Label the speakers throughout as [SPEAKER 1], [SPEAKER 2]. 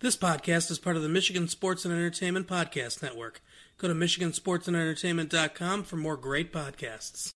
[SPEAKER 1] This podcast is part of the Michigan Sports and Entertainment Podcast Network. Go to michigansportsandentertainment.com for more great podcasts.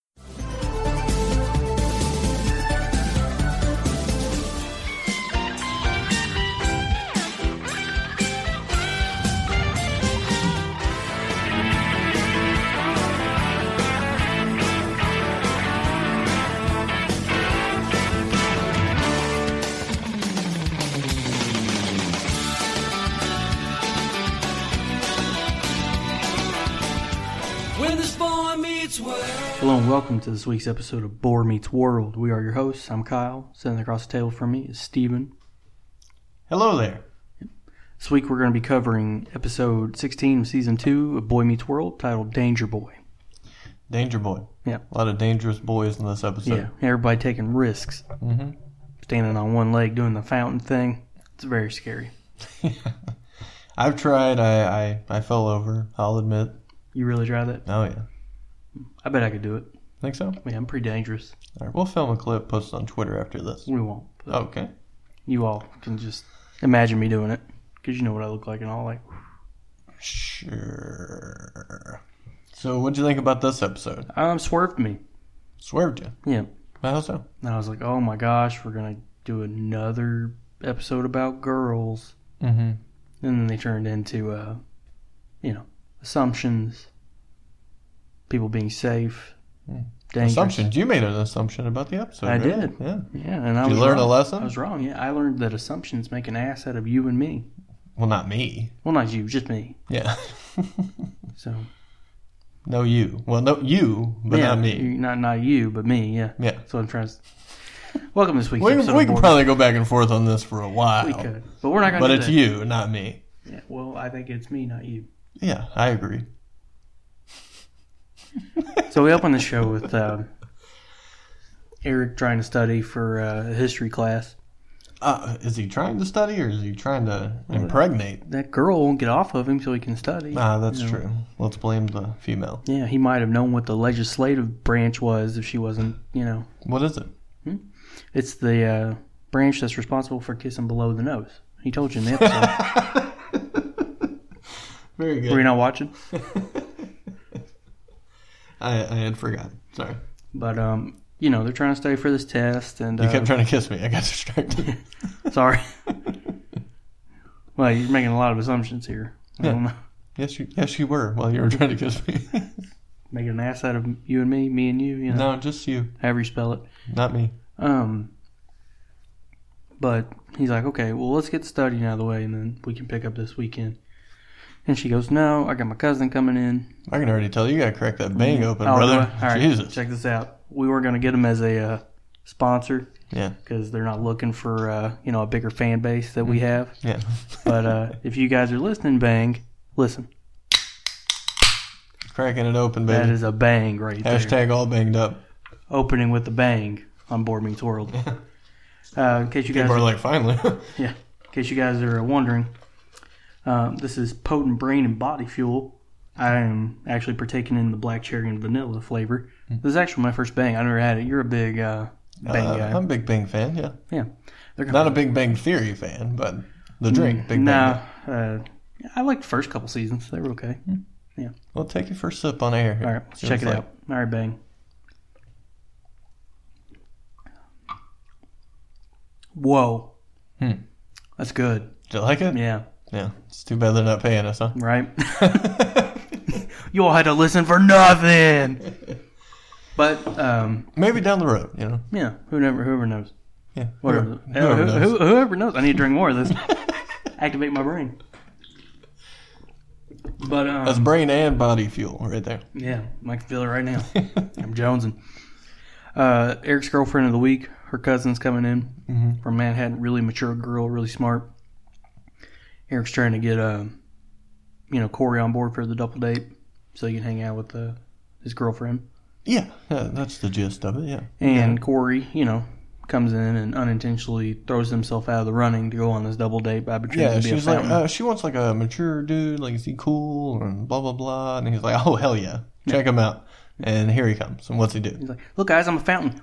[SPEAKER 1] Hello and welcome to this week's episode of Boar Meets World. We are your hosts. I'm Kyle. Sitting across the table from me is Steven.
[SPEAKER 2] Hello there.
[SPEAKER 1] This week we're going to be covering episode 16 of season 2 of Boy Meets World titled Danger Boy.
[SPEAKER 2] Danger Boy.
[SPEAKER 1] Yeah.
[SPEAKER 2] A lot of dangerous boys in this episode.
[SPEAKER 1] yeah, everybody taking risks.
[SPEAKER 2] hmm
[SPEAKER 1] Standing on one leg doing the fountain thing. It's very scary.
[SPEAKER 2] I've tried. I, I, I fell over. I'll admit.
[SPEAKER 1] You really try that?
[SPEAKER 2] Oh, yeah.
[SPEAKER 1] I bet I could do it.
[SPEAKER 2] Think so? All
[SPEAKER 1] Yeah, I'm pretty dangerous.
[SPEAKER 2] right. We'll film a clip, post it on Twitter after this.
[SPEAKER 1] We won't. But
[SPEAKER 2] Okay.
[SPEAKER 1] You all can just imagine me doing it because you know what I look like and all. Like,
[SPEAKER 2] Sure. So, what'd you think about this episode?
[SPEAKER 1] um, swerved me.
[SPEAKER 2] Swerved you.
[SPEAKER 1] Yeah.
[SPEAKER 2] How so?
[SPEAKER 1] And I was like, oh my gosh, we're going to do another episode about girls.
[SPEAKER 2] Mm-hmm.
[SPEAKER 1] And then they turned into, uh, you know, assumptions, people being safe,
[SPEAKER 2] Hmm.
[SPEAKER 1] dangerous.
[SPEAKER 2] Assumptions. You made an assumption about the episode.
[SPEAKER 1] I
[SPEAKER 2] right?
[SPEAKER 1] did.
[SPEAKER 2] Yeah.
[SPEAKER 1] Yeah, and I
[SPEAKER 2] Did
[SPEAKER 1] was
[SPEAKER 2] you learn
[SPEAKER 1] wrong.
[SPEAKER 2] a
[SPEAKER 1] I
[SPEAKER 2] lesson?
[SPEAKER 1] was wrong. Yeah, I learned that assumptions make an ass out of you and me.
[SPEAKER 2] Well, not me.
[SPEAKER 1] Well, not you, just me.
[SPEAKER 2] Yeah.
[SPEAKER 1] So
[SPEAKER 2] no, you. Well, no, you, but
[SPEAKER 1] yeah, Mm.
[SPEAKER 2] not
[SPEAKER 1] you-
[SPEAKER 2] me.
[SPEAKER 1] not not you, but me. Yeah.
[SPEAKER 2] Yeah.
[SPEAKER 1] So I'm trying. To... Welcome this week's
[SPEAKER 2] We,
[SPEAKER 1] episode.
[SPEAKER 2] we
[SPEAKER 1] of
[SPEAKER 2] can
[SPEAKER 1] Board-
[SPEAKER 2] probably go back and forth on this for a while.
[SPEAKER 1] we could, but we're not going to.
[SPEAKER 2] But it's you, not me.
[SPEAKER 1] Yeah, well, I think it's me, not you.
[SPEAKER 2] Yeah, I agree.
[SPEAKER 1] So we open the show with uh, Eric trying to study for uh, a history class.
[SPEAKER 2] Uh, is he trying to study or is he trying to impregnate?
[SPEAKER 1] That girl won't get off of him so he can study.
[SPEAKER 2] Ah, that's
[SPEAKER 1] Yeah.
[SPEAKER 2] true. Let's blame the female.
[SPEAKER 1] Yeah, he might have known what the legislative branch was if she wasn't, you know.
[SPEAKER 2] What is it?
[SPEAKER 1] It's the uh, branch that's responsible for kissing below the nose. He told you in the episode.
[SPEAKER 2] Very
[SPEAKER 1] Were you
[SPEAKER 2] good.
[SPEAKER 1] not watching?
[SPEAKER 2] I, I had forgotten. Sorry.
[SPEAKER 1] But, um, you know, they're trying to study for this test. And
[SPEAKER 2] You
[SPEAKER 1] uh,
[SPEAKER 2] kept trying to kiss me. I got distracted.
[SPEAKER 1] Sorry. well, you're making a lot of assumptions here. I don't know.
[SPEAKER 2] yes, you yes you were while you were trying to kiss me.
[SPEAKER 1] Making an ass out of you and me, me and you, you know,
[SPEAKER 2] no, just you,
[SPEAKER 1] however you spell it.
[SPEAKER 2] not me.
[SPEAKER 1] Um, but he's like, okay, well, let's get studying out of the way, and then we can pick up this weekend. And she goes, no, I got my cousin coming in.
[SPEAKER 2] I can already tell you got to crack that bang open,
[SPEAKER 1] Oh, do
[SPEAKER 2] brother.
[SPEAKER 1] I? All right,
[SPEAKER 2] Jesus.
[SPEAKER 1] check this out. We were going to get him as a uh, sponsor
[SPEAKER 2] Yeah,
[SPEAKER 1] because they're not looking for uh, you know a bigger fan base that we
[SPEAKER 2] Mm-hmm.
[SPEAKER 1] have.
[SPEAKER 2] yeah.
[SPEAKER 1] But uh, if you guys are listening, bang, listen,
[SPEAKER 2] Cracking it open,
[SPEAKER 1] that
[SPEAKER 2] baby.
[SPEAKER 1] is a bang right there.
[SPEAKER 2] Hashtag all banged up.
[SPEAKER 1] Opening with a bang on Board Meets World. Uh, in case you guys
[SPEAKER 2] People are like, finally.
[SPEAKER 1] Yeah. In case you guys are wondering, um, this is potent brain and body fuel. I am actually partaking in the black cherry and vanilla flavor. This is actually my first bang. I never had it. You're a big uh, bang
[SPEAKER 2] Hmm. Uh,
[SPEAKER 1] guy.
[SPEAKER 2] I'm a Big Bang fan. Yeah.
[SPEAKER 1] yeah. They're gonna,
[SPEAKER 2] Not a Big Bang Theory fan, but the drink, Big Bang.
[SPEAKER 1] nah.
[SPEAKER 2] Theory.
[SPEAKER 1] Uh, I liked the first couple seasons. They were okay.
[SPEAKER 2] Well, take your first sip on air. here.
[SPEAKER 1] All right. Let's
[SPEAKER 2] See what
[SPEAKER 1] check
[SPEAKER 2] it's
[SPEAKER 1] it
[SPEAKER 2] like.
[SPEAKER 1] out. All right, bang. Whoa.
[SPEAKER 2] Hmm.
[SPEAKER 1] That's good.
[SPEAKER 2] Do you like it?
[SPEAKER 1] Yeah.
[SPEAKER 2] Yeah. It's too bad they're not paying us, huh?
[SPEAKER 1] Right. you all had to listen for nothing. But um,
[SPEAKER 2] Maybe down the road, you know?
[SPEAKER 1] yeah, whoever whoever knows,
[SPEAKER 2] Yeah.
[SPEAKER 1] whatever,
[SPEAKER 2] Whoever- whoever
[SPEAKER 1] who-
[SPEAKER 2] knows.
[SPEAKER 1] who- whoever knows. I need to drink more of this. Activate my brain. But um,
[SPEAKER 2] That's brain and body fuel right there.
[SPEAKER 1] yeah, I can feel it right now. I'm jonesing. Uh, Eric's girlfriend of the week, her cousin's coming in
[SPEAKER 2] Mm-hmm.
[SPEAKER 1] from Manhattan. Really mature girl, really smart. Eric's trying to get, uh, you know, Corey on board for the double date, so he can hang out with uh, his girlfriend.
[SPEAKER 2] Yeah. yeah. That's the gist of it, yeah.
[SPEAKER 1] And Corey, you know, comes in and unintentionally throws himself out of the running to go on this double date by pretending
[SPEAKER 2] Yeah,
[SPEAKER 1] to be a
[SPEAKER 2] she's like,
[SPEAKER 1] fountain.
[SPEAKER 2] uh, she wants like a mature dude, like, is he cool? And blah, blah, blah. And he's like, oh, hell yeah. Check him out. And here he comes. And what's he do?
[SPEAKER 1] He's like, "Look, guys, I'm a fountain."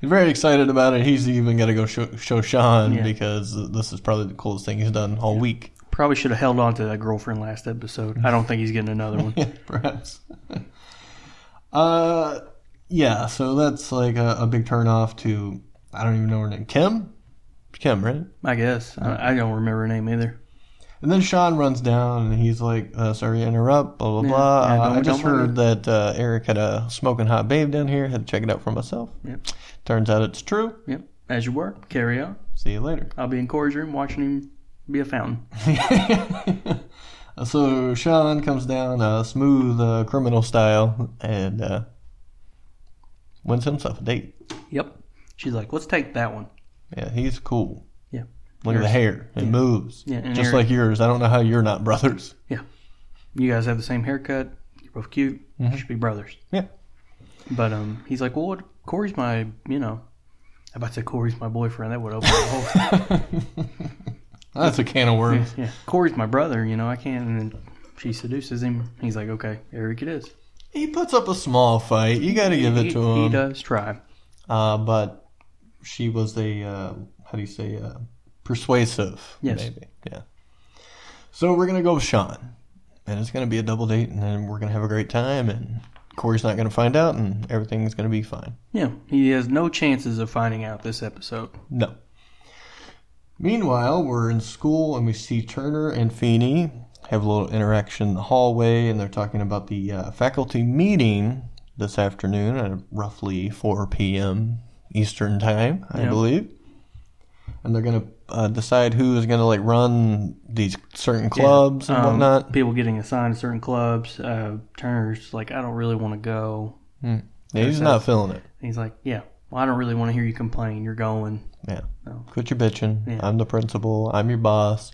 [SPEAKER 2] very excited about it. He's even got to go show, show Sean
[SPEAKER 1] Yeah.
[SPEAKER 2] because this is probably the coolest thing he's done all week.
[SPEAKER 1] Probably should have held on to that girlfriend last episode. I don't think he's getting another one.
[SPEAKER 2] Yeah, perhaps. uh, yeah. So that's like a, a big turnoff to I don't even know her name. Kim, Kim, right?
[SPEAKER 1] I guess. I, I don't remember her name either.
[SPEAKER 2] And then Sean runs down and he's like, uh, "Sorry to interrupt." Blah blah
[SPEAKER 1] Yeah,
[SPEAKER 2] blah.
[SPEAKER 1] yeah,
[SPEAKER 2] Uh,
[SPEAKER 1] don't-
[SPEAKER 2] I just
[SPEAKER 1] don't worry.
[SPEAKER 2] heard that uh, Eric had a smoking hot babe down here. Had to check it out for myself.
[SPEAKER 1] Yep.
[SPEAKER 2] Turns out it's true.
[SPEAKER 1] Yep. As you were. Carry on.
[SPEAKER 2] See you later.
[SPEAKER 1] I'll be in Corey's room watching him be a fountain.
[SPEAKER 2] so Sean comes down, uh, smooth uh, criminal style, and uh, wins himself a date.
[SPEAKER 1] Yep. She's like, let's take that one.
[SPEAKER 2] Yeah, he's cool.
[SPEAKER 1] Yeah.
[SPEAKER 2] Look at the hair; it moves,
[SPEAKER 1] Yeah, and
[SPEAKER 2] just
[SPEAKER 1] Eric-
[SPEAKER 2] like yours. I don't know how you're not brothers.
[SPEAKER 1] You guys have the same haircut. You're both cute. You should be brothers.
[SPEAKER 2] Mm-hmm. Yeah.
[SPEAKER 1] But um, he's like, well, what, Corey's my, you know, I'm about to say Corey's my boyfriend. That would open the whole.
[SPEAKER 2] That's a can of worms.
[SPEAKER 1] yeah. Corey's my brother. You know, I can't. And then she seduces him. He's like, okay, Eric, it is.
[SPEAKER 2] He puts up a small fight. You got to give
[SPEAKER 1] He-
[SPEAKER 2] it to him.
[SPEAKER 1] He does try.
[SPEAKER 2] Uh, but she was a uh, how do you say uh, persuasive?
[SPEAKER 1] Yes.
[SPEAKER 2] Maybe. Yeah. So we're gonna go with Sean, and it's gonna be a double date, and then we're gonna have a great time, and Corey's not gonna find out, and everything's gonna be fine.
[SPEAKER 1] Yeah. He has no chances of finding out this episode.
[SPEAKER 2] No. Meanwhile, we're in school, and we see Turner and Feeney have a little interaction in the hallway, and they're talking about the uh, faculty meeting this afternoon at roughly 4 p.m. Eastern time, I
[SPEAKER 1] Yeah.
[SPEAKER 2] believe. And they're gonna uh, decide who is gonna like run these certain clubs and
[SPEAKER 1] Um,
[SPEAKER 2] whatnot.
[SPEAKER 1] People getting assigned to certain clubs. Uh, Turner's like, I don't really want to go.
[SPEAKER 2] Yeah, he's not feeling it.
[SPEAKER 1] And he's like, yeah, well, I don't really want to hear you complain. You're going.
[SPEAKER 2] Yeah.
[SPEAKER 1] No.
[SPEAKER 2] Quit your bitching.
[SPEAKER 1] Yeah.
[SPEAKER 2] I'm the principal. I'm your boss.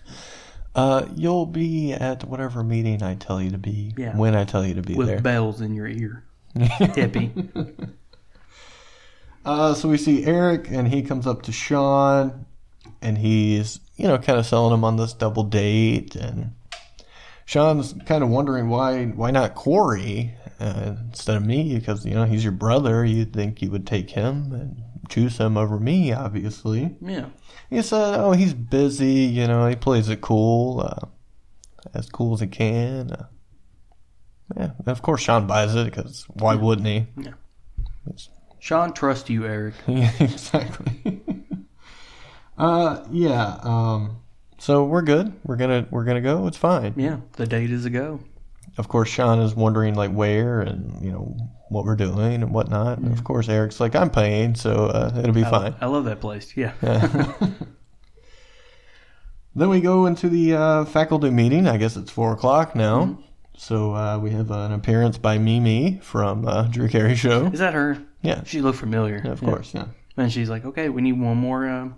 [SPEAKER 2] Uh, you'll be at whatever meeting I tell you to be
[SPEAKER 1] Yeah.
[SPEAKER 2] when I tell you to be
[SPEAKER 1] with
[SPEAKER 2] there.
[SPEAKER 1] bells in your ear. Hippie.
[SPEAKER 2] Uh, so we see Eric, and he comes up to Sean, and he's you know kind of selling him on this double date, and Sean's kind of wondering why why not Corey uh, instead of me because you know he's your brother. You'd think you would take him and choose him over me, obviously.
[SPEAKER 1] Yeah.
[SPEAKER 2] He said, "Oh, he's busy. You know, he plays it cool, uh, as cool as he can." Uh, yeah, and of course, Sean buys it because why wouldn't he?
[SPEAKER 1] Sean, trust you, Eric.
[SPEAKER 2] Yeah, exactly. uh, yeah. Um, so we're good. We're gonna we're gonna go. It's fine.
[SPEAKER 1] Yeah, the date is a go.
[SPEAKER 2] Of course, Sean is wondering like where and you know what we're doing and whatnot. And of course, Eric's like, "I'm paying, so uh, it'll be fine."
[SPEAKER 1] I love that place. Yeah.
[SPEAKER 2] Then we go into the uh, faculty meeting. I guess it's four o'clock now.
[SPEAKER 1] Mm-hmm.
[SPEAKER 2] So uh, we have an appearance by Mimi from uh, Drew Carey Show.
[SPEAKER 1] Is that her?
[SPEAKER 2] Yeah,
[SPEAKER 1] She looked familiar.
[SPEAKER 2] yeah, of course. Yeah.
[SPEAKER 1] And she's like, okay, we need one more uh,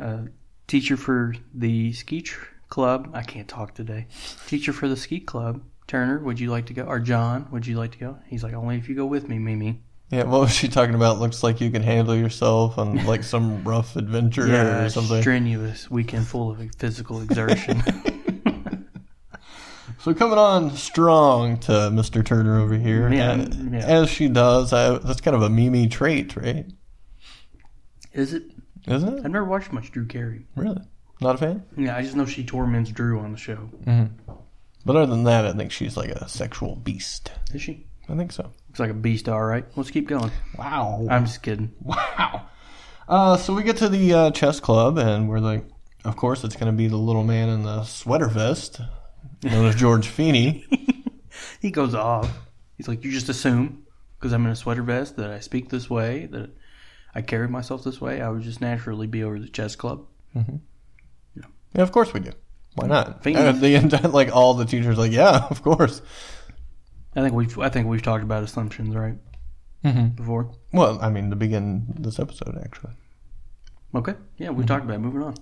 [SPEAKER 1] uh, teacher for the ski tr- club. I can't talk today. Teacher for the ski club. Turner, would you like to go? Or John, would you like to go? He's like, only if you go with me, Mimi.
[SPEAKER 2] Yeah, what was she talking about? Looks like you can handle yourself on like some rough adventure or something.
[SPEAKER 1] strenuous weekend full of physical exertion.
[SPEAKER 2] So coming on strong to Mr. Turner over here,
[SPEAKER 1] Yeah,
[SPEAKER 2] uh,
[SPEAKER 1] yeah.
[SPEAKER 2] as she does. I, that's kind of a Mimi trait, right?
[SPEAKER 1] is it?
[SPEAKER 2] Isn't it?
[SPEAKER 1] I've never watched much Drew Carey.
[SPEAKER 2] Really? Not a fan.
[SPEAKER 1] Yeah, I just know she torments Drew on the show.
[SPEAKER 2] But other than that, I think she's like a sexual beast.
[SPEAKER 1] Is she?
[SPEAKER 2] I think so.
[SPEAKER 1] Looks like a beast, all right. Let's keep going.
[SPEAKER 2] Wow.
[SPEAKER 1] I'm just kidding.
[SPEAKER 2] Wow. Uh, so we get to the uh, chess club, and we're like, of course, it's going to be the little man in the sweater vest, known as George Feeney.
[SPEAKER 1] He goes off. He's like, you just assume because I'm in a sweater vest that I speak this way, that I carry myself this way, I would just naturally be over the chess club.
[SPEAKER 2] Yeah, of course we do. Why not?
[SPEAKER 1] Feeney.
[SPEAKER 2] And the entire, like all the teachers, like, yeah, of course.
[SPEAKER 1] I think we've I think we've talked about assumptions right
[SPEAKER 2] Mhm.
[SPEAKER 1] before.
[SPEAKER 2] Well, I mean, to begin this episode, actually.
[SPEAKER 1] Okay, yeah, we talked about it. moving on.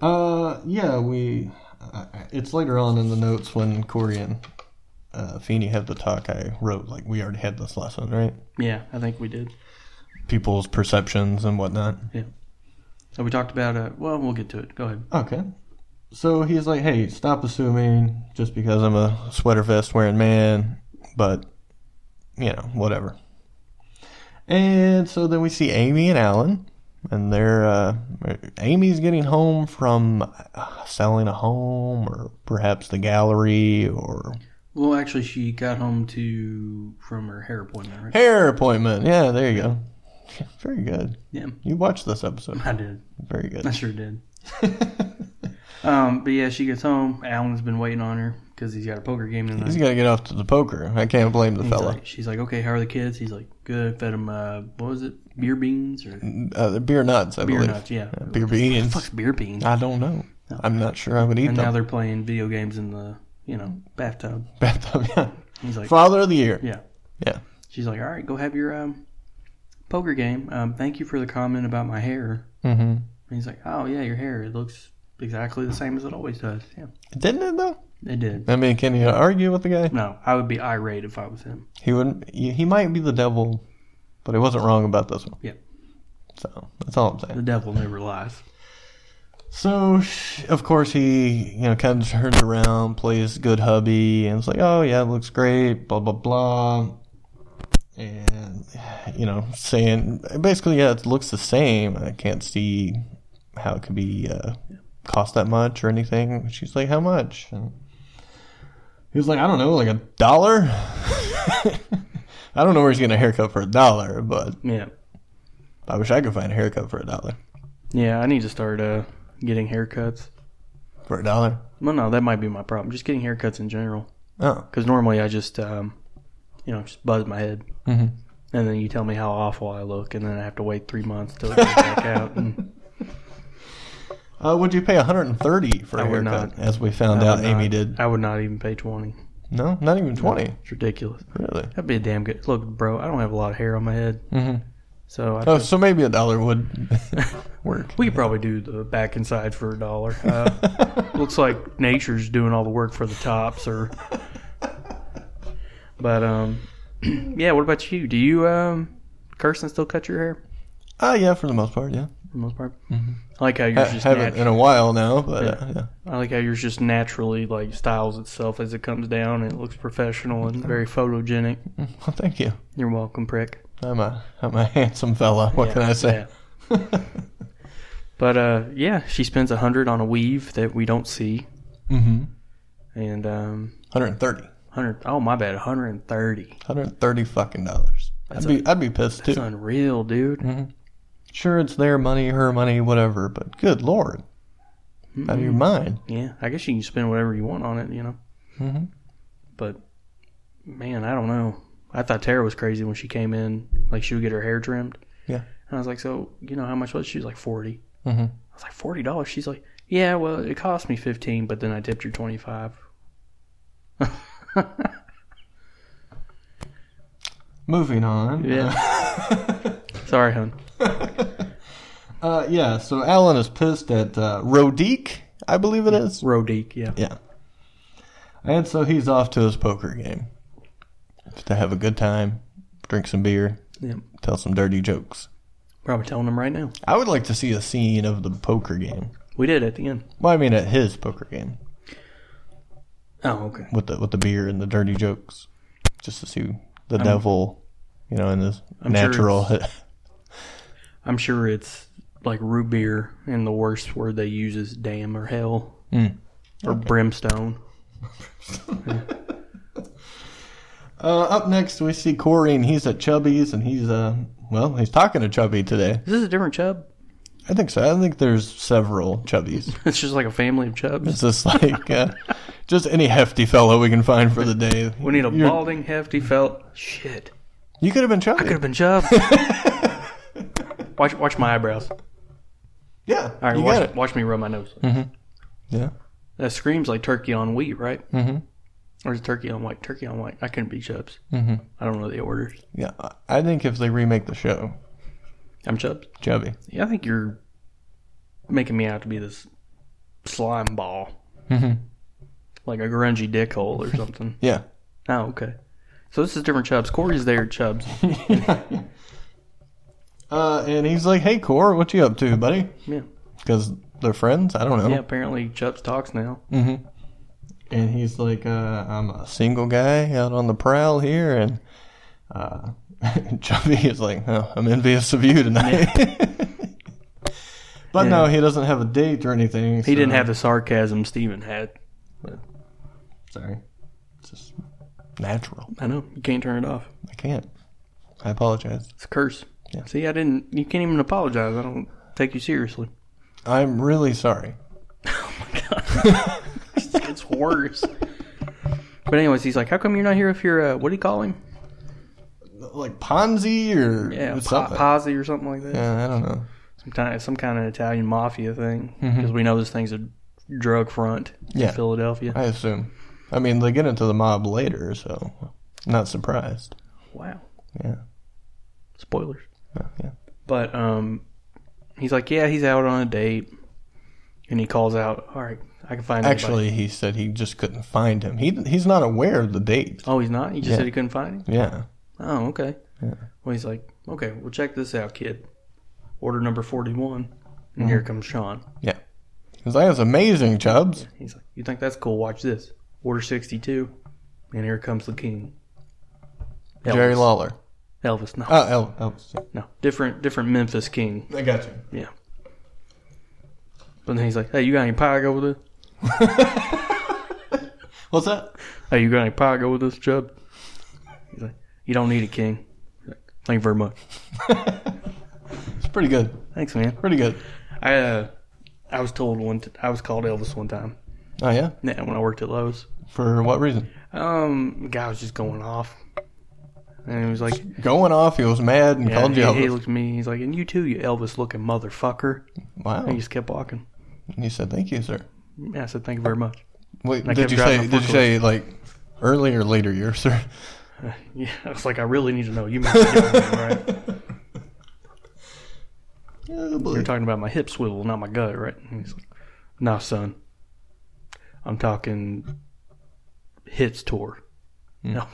[SPEAKER 2] Uh, yeah, we. Uh, it's later on in the notes when Corey and uh, Feeney have the talk. I wrote like we already had this lesson, right?
[SPEAKER 1] Yeah, I think we did.
[SPEAKER 2] People's perceptions and whatnot.
[SPEAKER 1] So we talked about uh, well, we'll get to it. Go ahead.
[SPEAKER 2] Okay. So he's like, hey, stop assuming just because I'm a sweater vest wearing man, but, you know, whatever. And so then we see Amy and Alan, and they're uh, Amy's getting home from uh, selling a home, or perhaps the gallery, or
[SPEAKER 1] Well, actually, she got home to from her hair appointment, right?
[SPEAKER 2] hair appointment. Yeah, there you go. Very good.
[SPEAKER 1] Yeah.
[SPEAKER 2] You watched this episode.
[SPEAKER 1] I did.
[SPEAKER 2] Very good.
[SPEAKER 1] I sure did. um, but yeah, she gets home. Alan's been waiting on her because he's got a poker game tonight.
[SPEAKER 2] He's got to get off to the poker. I can't blame the
[SPEAKER 1] He's
[SPEAKER 2] fella.
[SPEAKER 1] like- she's like, okay, how are the kids? He's like, good. Fed him, uh, what was it? Beer beans or
[SPEAKER 2] Uh, the beer nuts, I
[SPEAKER 1] beer
[SPEAKER 2] believe.
[SPEAKER 1] nuts? Yeah.
[SPEAKER 2] Beer
[SPEAKER 1] What the
[SPEAKER 2] beans.
[SPEAKER 1] fuck's beer beans?
[SPEAKER 2] I don't know. I'm not sure I would eat
[SPEAKER 1] And now
[SPEAKER 2] them.
[SPEAKER 1] they're playing video games in the, you know, bathtub.
[SPEAKER 2] Bathtub, yeah.
[SPEAKER 1] He's like,
[SPEAKER 2] Father of the year.
[SPEAKER 1] yeah.
[SPEAKER 2] Yeah.
[SPEAKER 1] She's like, all right, go have your um, poker game. Um, thank you for the comment about my hair.
[SPEAKER 2] Mm-hmm.
[SPEAKER 1] And he's like, oh, yeah, your hair. It looks exactly the same as it always does. Yeah,
[SPEAKER 2] Didn't it though?
[SPEAKER 1] it did.
[SPEAKER 2] I mean, can you argue with the guy?
[SPEAKER 1] No, I would be irate if I was him.
[SPEAKER 2] He wouldn't. He he might be the devil, but he wasn't wrong about this one.
[SPEAKER 1] Yeah.
[SPEAKER 2] So that's all I'm
[SPEAKER 1] The
[SPEAKER 2] saying.
[SPEAKER 1] devil never lies.
[SPEAKER 2] So sh- of course he, you know, kind of turns around, plays good hubby, and it's like, oh yeah, looks great, blah blah blah, and you know, saying basically, yeah, it looks the same. I can't see how it could be uh, cost that much or anything. She's like, how much? And he was like, I don't know, like a dollar. I don't know where he's getting a haircut for a dollar, but
[SPEAKER 1] Yeah.
[SPEAKER 2] I wish I could find a haircut for a dollar.
[SPEAKER 1] Yeah, I need to start uh, getting haircuts.
[SPEAKER 2] For a dollar.
[SPEAKER 1] Well, no, that might be my problem. Just getting haircuts in general.
[SPEAKER 2] Oh.
[SPEAKER 1] Because normally I just, um, you know, just buzz my head.
[SPEAKER 2] Mhm.
[SPEAKER 1] And then you tell me how awful I look, and then I have to wait three months till it comes back out. And
[SPEAKER 2] Uh, would you pay 130 for a
[SPEAKER 1] I would not.
[SPEAKER 2] haircut? As we found
[SPEAKER 1] I
[SPEAKER 2] out,
[SPEAKER 1] would
[SPEAKER 2] Amy
[SPEAKER 1] not-
[SPEAKER 2] did.
[SPEAKER 1] I would not even pay 20
[SPEAKER 2] No, not even 20.
[SPEAKER 1] It's ridiculous.
[SPEAKER 2] Really?
[SPEAKER 1] That'd be a damn good. Look, bro, I don't have a lot of hair on my head.
[SPEAKER 2] hmm
[SPEAKER 1] So I
[SPEAKER 2] Oh, so maybe a dollar would work.
[SPEAKER 1] we could probably do the back and sides for a dollar. Uh, looks like nature's doing all the work for the tops, or. But um, yeah. What about you? Do you um, Kirsten still cut your hair
[SPEAKER 2] Oh, yeah, for the most part, yeah.
[SPEAKER 1] for the most part? I like how
[SPEAKER 2] Mm-hmm. Ha-
[SPEAKER 1] yours just
[SPEAKER 2] haven't
[SPEAKER 1] natu-
[SPEAKER 2] in a while now, but uh, yeah.
[SPEAKER 1] I like how yours just naturally like styles itself as it comes down and it looks professional and very photogenic.
[SPEAKER 2] Well, thank you.
[SPEAKER 1] You're welcome, prick.
[SPEAKER 2] I'm a I'm a handsome fella. What can I say?
[SPEAKER 1] Yeah. but uh, yeah, she spends a hundred on a weave that we don't see,
[SPEAKER 2] Mm-hmm.
[SPEAKER 1] and um,
[SPEAKER 2] 130.
[SPEAKER 1] hundred. Oh my bad, hundred and thirty.
[SPEAKER 2] 130 fucking dollars. I'd be I'd be pissed
[SPEAKER 1] It's
[SPEAKER 2] too.
[SPEAKER 1] unreal, dude.
[SPEAKER 2] Sure, it's their money, her money, whatever. But good lord, out of
[SPEAKER 1] Mm-hmm.
[SPEAKER 2] your mind.
[SPEAKER 1] Yeah, I guess you can spend whatever you want on it, you know.
[SPEAKER 2] Mhm.
[SPEAKER 1] But man, I don't know. I thought Tara was crazy when she came in. Like she would get her hair trimmed.
[SPEAKER 2] Yeah.
[SPEAKER 1] And I was like, so you know how much was? it?" She was like forty.
[SPEAKER 2] Mhm.
[SPEAKER 1] I was like forty dollars. She's like, yeah, well, it cost me fifteen, but then I tipped her twenty five.
[SPEAKER 2] Moving on.
[SPEAKER 1] Yeah. Sorry, hun.
[SPEAKER 2] Uh, yeah, so Alan is pissed at uh, Rodique, I believe it is.
[SPEAKER 1] Rodeek, yeah.
[SPEAKER 2] Yeah. And so he's off to his poker game to have a good time, drink some beer,
[SPEAKER 1] Yeah.
[SPEAKER 2] tell some dirty jokes.
[SPEAKER 1] Probably telling him right now.
[SPEAKER 2] I would like to see a scene of the poker game.
[SPEAKER 1] We did at the end.
[SPEAKER 2] Well, I mean, at his poker game
[SPEAKER 1] Oh, okay.
[SPEAKER 2] with the with the beer and the dirty jokes, just to see the devil, you know, in his
[SPEAKER 1] I'm sure
[SPEAKER 2] natural.
[SPEAKER 1] I'm sure it's like root beer, and the worst word they use is damn or hell
[SPEAKER 2] Mm.
[SPEAKER 1] or brimstone.
[SPEAKER 2] uh, up next, we see Corey, and he's at Chubby's, and he's uh, well, he's talking to Chubby today.
[SPEAKER 1] Is this a different chub?
[SPEAKER 2] I think so. I think there's several chubbies.
[SPEAKER 1] It's just like a family of chubs.
[SPEAKER 2] It's just like uh, just any hefty fellow we can find for the day.
[SPEAKER 1] We need a
[SPEAKER 2] You're-
[SPEAKER 1] balding, hefty felt. Shit.
[SPEAKER 2] You could have been chubby.
[SPEAKER 1] Could have been chub. watch, watch my eyebrows.
[SPEAKER 2] Yeah,
[SPEAKER 1] All right,
[SPEAKER 2] you
[SPEAKER 1] watch,
[SPEAKER 2] got it. Mm-hmm.
[SPEAKER 1] watch me rub my nose.
[SPEAKER 2] Yeah,
[SPEAKER 1] That screams like turkey on wheat, right?
[SPEAKER 2] Mhm.
[SPEAKER 1] Or is it turkey on white? Turkey on white. I couldn't be chubs.
[SPEAKER 2] Mhm.
[SPEAKER 1] I don't know the orders.
[SPEAKER 2] yeah. I think if they remake the show,
[SPEAKER 1] I'm chubs.
[SPEAKER 2] chubby.
[SPEAKER 1] Yeah, I think you're making me out to be this slime ball,
[SPEAKER 2] Mhm.
[SPEAKER 1] like a grungy dick hole or something.
[SPEAKER 2] Yeah,
[SPEAKER 1] oh, okay. So this is different Chubbs. Corey's there, at Chubbs.
[SPEAKER 2] uh, and he's like, "Hey, Core, what you up to, buddy?"
[SPEAKER 1] Yeah,
[SPEAKER 2] Because they're friends. I don't know.
[SPEAKER 1] yeah. Apparently, Chubbs talks now.
[SPEAKER 2] Mm-hmm. And he's like, uh, "I'm a single guy out on the prowl here, and uh, Chubby is like, oh, I'm envious of you tonight. but no,
[SPEAKER 1] Yeah.
[SPEAKER 2] he doesn't have a date or anything.
[SPEAKER 1] He didn't have the sarcasm Steven had.
[SPEAKER 2] Sorry. It's just natural.
[SPEAKER 1] I know. You can't turn it off.
[SPEAKER 2] I can't. I apologize.
[SPEAKER 1] It's a curse.
[SPEAKER 2] Yeah.
[SPEAKER 1] See, I didn't. You can't even apologize. I don't take you seriously.
[SPEAKER 2] I'm really sorry.
[SPEAKER 1] It's worse. but anyways, he's like, "How come you're not here if you're uh, what do you call him?
[SPEAKER 2] Like Ponzi or
[SPEAKER 1] Yeah, po-
[SPEAKER 2] something.
[SPEAKER 1] posse or something like that.
[SPEAKER 2] yeah, I don't know.
[SPEAKER 1] Some kind, some kind of Italian mafia thing. Because we know this thing's a drug front
[SPEAKER 2] Mm-hmm. Yeah.
[SPEAKER 1] in Philadelphia.
[SPEAKER 2] I assume. I mean, they get into the mob later, so not surprised.
[SPEAKER 1] Wow,
[SPEAKER 2] Yeah.
[SPEAKER 1] spoilers.
[SPEAKER 2] Oh, yeah.
[SPEAKER 1] But um, he's like, "Yeah, he's out on a date," and he calls out, "All right, I can find." anybody."
[SPEAKER 2] Actually, he said he just couldn't find him. He he's not aware of the date.
[SPEAKER 1] oh, he's not. He just
[SPEAKER 2] Yeah.
[SPEAKER 1] said he couldn't find him.
[SPEAKER 2] Yeah.
[SPEAKER 1] Oh, okay.
[SPEAKER 2] Yeah.
[SPEAKER 1] Well, he's like, okay, well, check this out, kid. Order number 41. And here
[SPEAKER 2] Mm-hmm.
[SPEAKER 1] comes Sean.
[SPEAKER 2] Yeah. He's like, that's amazing, Chubbs.
[SPEAKER 1] He's like, you think that's cool? Watch this. Order 62. And here comes the king. Elvis.
[SPEAKER 2] Jerry Lawler.
[SPEAKER 1] Elvis. No,
[SPEAKER 2] Oh, El- Elvis.
[SPEAKER 1] no. Different, different Memphis king.
[SPEAKER 2] I got you.
[SPEAKER 1] But then he's like, hey, you got any pie go with us?
[SPEAKER 2] What's that?
[SPEAKER 1] Hey, you got any pie go with us, Chubb? He's like, you don't need it, king. He's like, Thank you very much.
[SPEAKER 2] It's pretty good.
[SPEAKER 1] Thanks, man.
[SPEAKER 2] Pretty good.
[SPEAKER 1] I uh, I was told one. T- I was called Elvis one time.
[SPEAKER 2] Oh yeah.
[SPEAKER 1] Yeah, when I worked at Lowe's.
[SPEAKER 2] For what reason?
[SPEAKER 1] Um, the guy was just going off, and he was like,
[SPEAKER 2] Going off, he was mad and
[SPEAKER 1] yeah,
[SPEAKER 2] called you
[SPEAKER 1] he, he
[SPEAKER 2] Elvis.
[SPEAKER 1] looked at me. He's like, "And you too, you Elvis-looking motherfucker."
[SPEAKER 2] Wow.
[SPEAKER 1] I just kept walking.
[SPEAKER 2] And he said, "Thank you, sir."
[SPEAKER 1] And I said, "Thank you very much."
[SPEAKER 2] Wait,
[SPEAKER 1] I
[SPEAKER 2] did
[SPEAKER 1] kept
[SPEAKER 2] you
[SPEAKER 1] driving
[SPEAKER 2] say?
[SPEAKER 1] a
[SPEAKER 2] Did you
[SPEAKER 1] forklift.
[SPEAKER 2] say like early or later year, sir?
[SPEAKER 1] Yeah, I was like, "I really need to know you." must be doing it right?
[SPEAKER 2] Yeah,
[SPEAKER 1] You're
[SPEAKER 2] boy.
[SPEAKER 1] talking about my hip swivel, not my gut, right? And he's like, "Nah, son, I'm talking hits tour." No,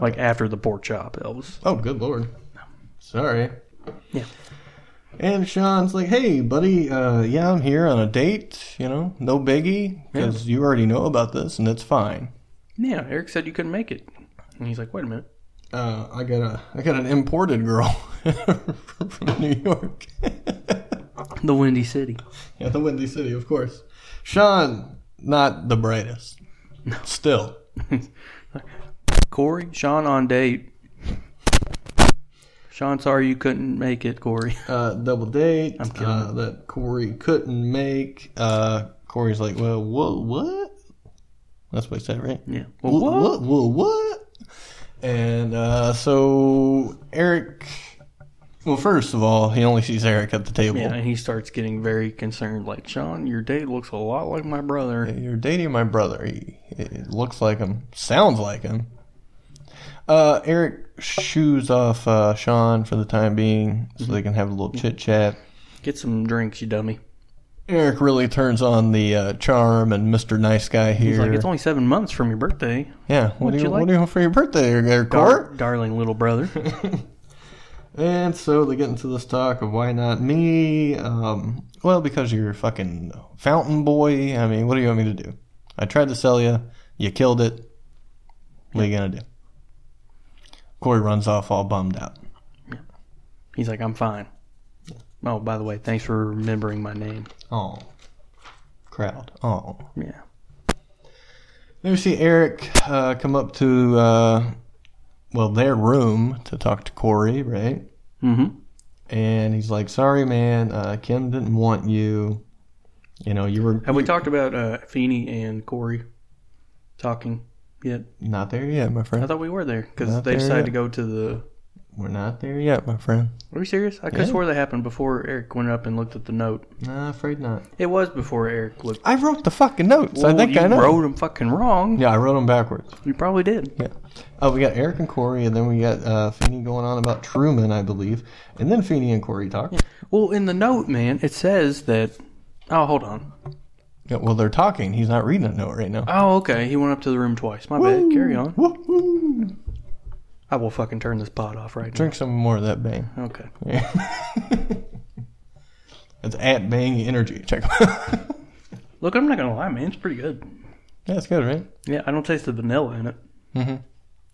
[SPEAKER 1] like after the pork chop, Elvis.
[SPEAKER 2] Oh, good lord. Sorry.
[SPEAKER 1] Yeah.
[SPEAKER 2] And Sean's like, hey, buddy, uh, yeah, I'm here on a date, you know, no biggie, because you already know about this and it's fine.
[SPEAKER 1] Yeah, Eric said you couldn't make it, and he's like, "Wait a minute."
[SPEAKER 2] Uh, I got a, I got an imported girl from New York.
[SPEAKER 1] The Windy City.
[SPEAKER 2] yeah, the Windy City, of course. Sean, not the brightest. Still.
[SPEAKER 1] Corey, Sean on date. Sean, sorry you couldn't make it, Corey.
[SPEAKER 2] uh, double date
[SPEAKER 1] kidding.
[SPEAKER 2] uh, that Corey couldn't make. Uh, Corey's like, well, whoa, what? That's what he said, right?
[SPEAKER 1] Yeah.
[SPEAKER 2] Whoa,
[SPEAKER 1] Well, what?
[SPEAKER 2] what? Whoa, what? And uh, so Eric. Well, first of all, he only sees Eric at the table.
[SPEAKER 1] Yeah, and he starts getting very concerned. Like, Sean, your date looks a lot like my brother.
[SPEAKER 2] You're dating my brother. He, he looks like him, sounds like him. Uh, Eric shoes off uh, Sean for the time being so they can have a little chit chat.
[SPEAKER 1] Get some drinks, you dummy.
[SPEAKER 2] Eric really turns on the uh, charm and Mr. Nice Guy here.
[SPEAKER 1] He's like, it's only seven months from your birthday,
[SPEAKER 2] yeah, what do you,
[SPEAKER 1] you like?
[SPEAKER 2] what do you want for your birthday, Eric?
[SPEAKER 1] dar-
[SPEAKER 2] Or?
[SPEAKER 1] darling little brother.
[SPEAKER 2] And so they get into this talk of why not me? Um, well, because you're a fucking fountain boy. I mean, what do you want me to do? I tried to sell you. You killed it. What are you gonna do? Corey runs off all bummed out.
[SPEAKER 1] He's like, I'm fine. Oh, by the way, thanks for remembering my name.
[SPEAKER 2] Oh, crowd. Oh.
[SPEAKER 1] Yeah.
[SPEAKER 2] Then we see Eric uh, come up to, uh, well, their room to talk to Corey, right?
[SPEAKER 1] Mm-hmm.
[SPEAKER 2] And he's like, "Sorry, man. Uh, Kim didn't want you. You know, you were
[SPEAKER 1] Have we talked about uh, Feeney and Corey talking yet?
[SPEAKER 2] not there yet, my
[SPEAKER 1] I
[SPEAKER 2] friend.
[SPEAKER 1] thought we were there because
[SPEAKER 2] Not
[SPEAKER 1] they
[SPEAKER 2] there
[SPEAKER 1] decided
[SPEAKER 2] yet.
[SPEAKER 1] to go to the
[SPEAKER 2] We're not there yet, my friend.
[SPEAKER 1] Are you serious? I could
[SPEAKER 2] Yeah.
[SPEAKER 1] have swore that happened before Eric went up and looked at the note.
[SPEAKER 2] Nah, afraid not.
[SPEAKER 1] It was before Eric looked.
[SPEAKER 2] I wrote the fucking notes. I
[SPEAKER 1] Well,
[SPEAKER 2] think
[SPEAKER 1] you
[SPEAKER 2] I know.
[SPEAKER 1] wrote him fucking wrong.
[SPEAKER 2] yeah, I wrote them backwards.
[SPEAKER 1] You probably did.
[SPEAKER 2] Yeah. Oh, we got Eric and Corey, and then we got uh, Feeney going on about Truman, I believe, and then Feeney and Corey talk. Yeah.
[SPEAKER 1] Well, in the note, man, it says that. Oh, hold on.
[SPEAKER 2] well, they're talking. He's not reading a note right now.
[SPEAKER 1] Oh, okay. He went up to the room twice. My bad. Carry on.
[SPEAKER 2] Woo-hoo.
[SPEAKER 1] I will fucking turn this pot off right now.
[SPEAKER 2] Drink some more of that bang.
[SPEAKER 1] Okay.
[SPEAKER 2] It's at Bang Energy. Check.
[SPEAKER 1] Look, I'm not gonna lie, man. It's pretty good.
[SPEAKER 2] That's good, right?
[SPEAKER 1] Yeah, I don't taste the vanilla in it.
[SPEAKER 2] Mhm.